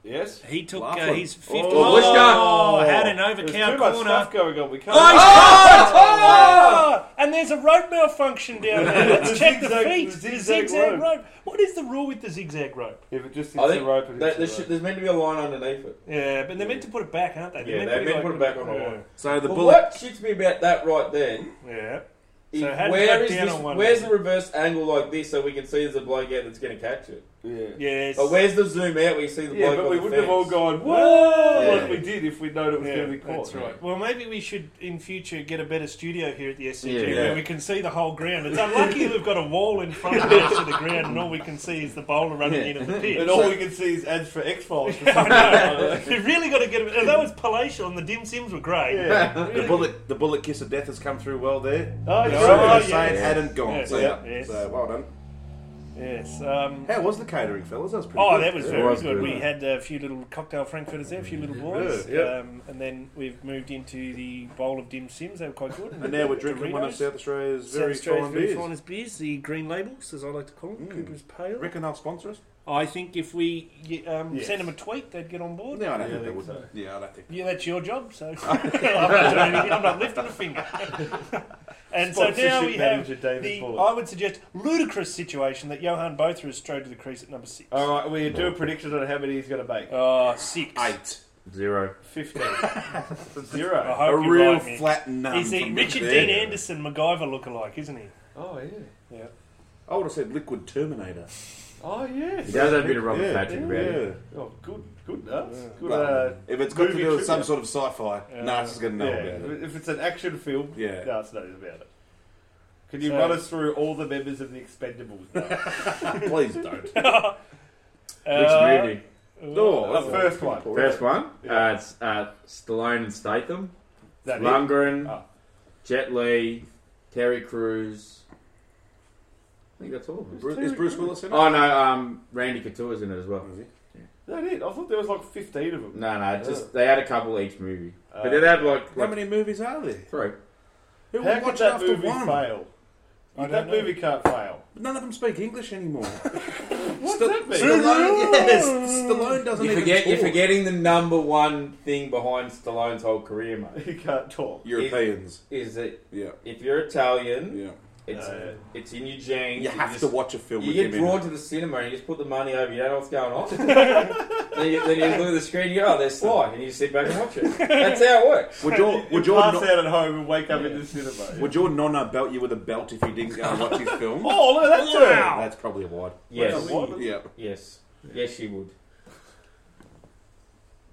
Speaker 7: Yes.
Speaker 9: he took uh,
Speaker 6: Laughlin.
Speaker 9: his fifth.
Speaker 2: Oh, Bushka.
Speaker 9: had an
Speaker 7: There's
Speaker 9: over
Speaker 7: too
Speaker 9: cow
Speaker 7: much
Speaker 9: corner.
Speaker 7: stuff going on. We can't.
Speaker 4: Ah, and there's a rope malfunction down there. Let's
Speaker 7: The
Speaker 4: check the
Speaker 7: zigzag-
Speaker 4: feet.
Speaker 7: the
Speaker 4: The
Speaker 7: zigzag
Speaker 4: zigzag rope.
Speaker 7: rope.
Speaker 4: What is the rule with the zigzag rope?
Speaker 7: If it just hits
Speaker 2: I
Speaker 7: the
Speaker 2: think
Speaker 7: rope, it hits
Speaker 2: that- there
Speaker 7: the
Speaker 2: should-
Speaker 7: rope.
Speaker 2: there's meant to be a line underneath it.
Speaker 4: Yeah, but they're meant to put it back, aren't they?
Speaker 2: Yeah,
Speaker 4: to
Speaker 2: they're
Speaker 4: be
Speaker 2: meant to put it back on the
Speaker 4: yeah.
Speaker 2: line.
Speaker 6: So the
Speaker 2: But
Speaker 6: bullet.
Speaker 2: what shits me about that right there
Speaker 4: Yeah.
Speaker 2: is
Speaker 4: So how did
Speaker 2: where
Speaker 4: that
Speaker 2: is
Speaker 4: down
Speaker 2: this,
Speaker 4: on one
Speaker 2: where's
Speaker 4: end?
Speaker 2: the reverse angle like this so we can see there's a bloke out that's going to catch it?
Speaker 7: Yeah.
Speaker 4: Yes.
Speaker 2: But where's the zoom out where you see the
Speaker 7: Yeah,
Speaker 2: bloke
Speaker 7: but
Speaker 2: on
Speaker 7: we
Speaker 2: the
Speaker 7: wouldn't
Speaker 2: fence?
Speaker 7: have all gone, whoa,
Speaker 2: Yeah.
Speaker 7: like we did if we'd known it was
Speaker 4: Yeah,
Speaker 7: going to be caught.
Speaker 4: that's right. Well, maybe we should in future get a better studio here at the SCG
Speaker 2: Yeah.
Speaker 4: where
Speaker 6: Yeah.
Speaker 4: we can see the whole ground. It's unlucky we've got a wall in front of us to the ground, and all we can see is the bowler running in at the pitch.
Speaker 7: And all we can see is ads for X Files.
Speaker 4: I know. You've really got to get. A, that was palatial, and the dim sims were great.
Speaker 6: The bullet, the bullet kiss of death has come through well there.
Speaker 7: Oh,
Speaker 6: So
Speaker 7: it's
Speaker 4: right.
Speaker 7: right.
Speaker 6: the saying
Speaker 4: yes.
Speaker 6: hadn't gone.
Speaker 4: Yes,
Speaker 6: So,
Speaker 4: yeah,
Speaker 6: yeah.
Speaker 4: yes.
Speaker 6: so well done.
Speaker 4: Yes. Um,
Speaker 6: How was the catering, fellas? That was pretty.
Speaker 4: Oh,
Speaker 6: good.
Speaker 4: that was
Speaker 6: Yeah.
Speaker 4: very
Speaker 2: was
Speaker 4: good.
Speaker 2: good.
Speaker 4: We had a few little cocktail frankfurters there, a few little boys,
Speaker 7: Yeah, yeah.
Speaker 4: um, and then we've moved into the bowl of dim sims. They were quite good.
Speaker 6: And now we're drinking one of
Speaker 4: Doritos.
Speaker 6: South Australia's
Speaker 4: South
Speaker 6: very
Speaker 4: Australia's
Speaker 6: fine
Speaker 4: very
Speaker 6: beers.
Speaker 4: finest beers, the green labels, as I like to call them,
Speaker 6: Mm.
Speaker 4: Cooper's Pale.
Speaker 6: Reckon they'll sponsor us?
Speaker 4: I think if we y- um,
Speaker 7: Yes.
Speaker 4: send them a tweet, they'd get on board.
Speaker 6: No, I don't
Speaker 7: Yeah,
Speaker 6: think
Speaker 7: I
Speaker 6: they
Speaker 7: think
Speaker 6: would.
Speaker 7: so.
Speaker 6: Yeah, I don't think.
Speaker 4: Yeah, that's your job, so I'm, not doing anything. I'm not lifting a finger. and so now we
Speaker 7: Sponsorship
Speaker 4: have
Speaker 7: manager David
Speaker 4: the,
Speaker 7: Bullock.
Speaker 4: I would suggest, ludicrous situation that Johan Botha has strode to the crease at number six.
Speaker 7: All right, we do a prediction on how many he's going to make.
Speaker 4: Oh, six.
Speaker 6: Eight.
Speaker 2: Zero.
Speaker 7: 15.
Speaker 4: I
Speaker 7: Zero.
Speaker 4: hope
Speaker 6: A
Speaker 4: you're
Speaker 6: real
Speaker 4: right, Nick.
Speaker 6: flat nut.
Speaker 4: He's a Richard Dean Anderson MacGyver lookalike, isn't he?
Speaker 7: Oh, yeah.
Speaker 6: I would have said Liquid Terminator.
Speaker 7: Oh, yeah.
Speaker 2: He does have a bit of Robert Patrick about him.
Speaker 6: yeah.
Speaker 7: Oh, good, good nuts. Good,
Speaker 6: Well,
Speaker 7: uh,
Speaker 6: if it's got to
Speaker 7: movie
Speaker 6: do with some
Speaker 7: trivia.
Speaker 6: sort of sci-fi,
Speaker 4: Yeah.
Speaker 6: nah, it's just gonna know
Speaker 7: yeah.
Speaker 6: about it.
Speaker 7: If it's an action film,
Speaker 6: Yeah.
Speaker 7: Nats knows about it. Can you
Speaker 4: So-
Speaker 7: run us through all the members of the Expendables? Nats?
Speaker 6: Please don't.
Speaker 2: Which
Speaker 4: Uh,
Speaker 2: movie?
Speaker 6: No,
Speaker 7: the first one.
Speaker 2: First one?
Speaker 7: Yeah.
Speaker 2: Uh, it's uh, Stallone and Statham.
Speaker 7: That is-
Speaker 2: Lundgren,
Speaker 7: Oh.
Speaker 2: Jet Li, Terry Crews. I think that's all. of them.
Speaker 6: Bru- Is Bruce Willis in it?
Speaker 2: Oh no, um, Randy Couture's in it as well.
Speaker 6: Is he?
Speaker 7: that it. I thought there was like 15 of them.
Speaker 2: No, no, just they had a couple each movie, but they
Speaker 7: Oh. Uh,
Speaker 2: had like,
Speaker 6: How
Speaker 2: like
Speaker 6: many movies are there?
Speaker 2: three.
Speaker 6: Who
Speaker 7: How
Speaker 6: would
Speaker 7: could
Speaker 6: watch
Speaker 7: that
Speaker 6: after
Speaker 7: movie
Speaker 6: one?
Speaker 7: fail?
Speaker 4: I
Speaker 7: that
Speaker 4: don't know.
Speaker 7: movie can't fail.
Speaker 6: But None of them speak English anymore.
Speaker 7: What's that mean?
Speaker 6: Stallone, yes, Stallone doesn't
Speaker 2: You
Speaker 6: even
Speaker 2: forget,
Speaker 6: talk.
Speaker 2: you're forgetting the number one thing behind Stallone's whole career, mate,
Speaker 7: You can't talk.
Speaker 6: Europeans.
Speaker 2: is that
Speaker 6: Yeah,
Speaker 2: if you're Italian,
Speaker 6: yeah.
Speaker 2: it's
Speaker 7: Uh,
Speaker 2: it's in your genes.
Speaker 6: You have
Speaker 2: just-
Speaker 6: to watch a film
Speaker 2: You
Speaker 6: with
Speaker 2: get
Speaker 6: him in
Speaker 2: drawn
Speaker 6: it.
Speaker 2: to the cinema and you just put the money over. You don't know what's going on. then, you, then you look at the screen. You go, "Oh, there's Sly," and you sit back and watch it. That's how it works.
Speaker 6: Would your would
Speaker 7: You
Speaker 6: your
Speaker 7: pass
Speaker 6: no,
Speaker 7: out at home and wake up in the cinema.
Speaker 6: would your nonna belt you with a belt if you didn't go and watch his film?
Speaker 7: Oh, look at that turn!
Speaker 6: That's probably a wide.
Speaker 2: Yes,
Speaker 7: What?
Speaker 6: Yeah.
Speaker 2: yes, yes, she would.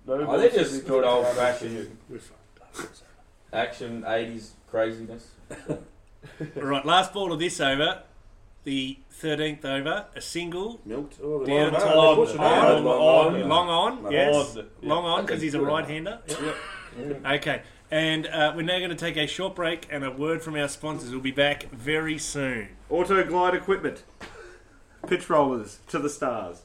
Speaker 7: No
Speaker 2: Oh, they're
Speaker 7: bullshit.
Speaker 2: just good old fashioned action '80s craziness.
Speaker 9: Right, last ball of this over.
Speaker 4: the 13th over, a single.
Speaker 6: Milked. Oh, they're
Speaker 4: Down
Speaker 6: long
Speaker 4: to
Speaker 6: on.
Speaker 4: long.
Speaker 6: They're pushing
Speaker 4: Long
Speaker 6: it.
Speaker 4: on. Long on, yes. Long on, because he's a right hander. Okay, and uh, we're now going to take a short break and a word from our sponsors. We'll be back very soon.
Speaker 7: Autoglide equipment. Pitch rollers to the stars.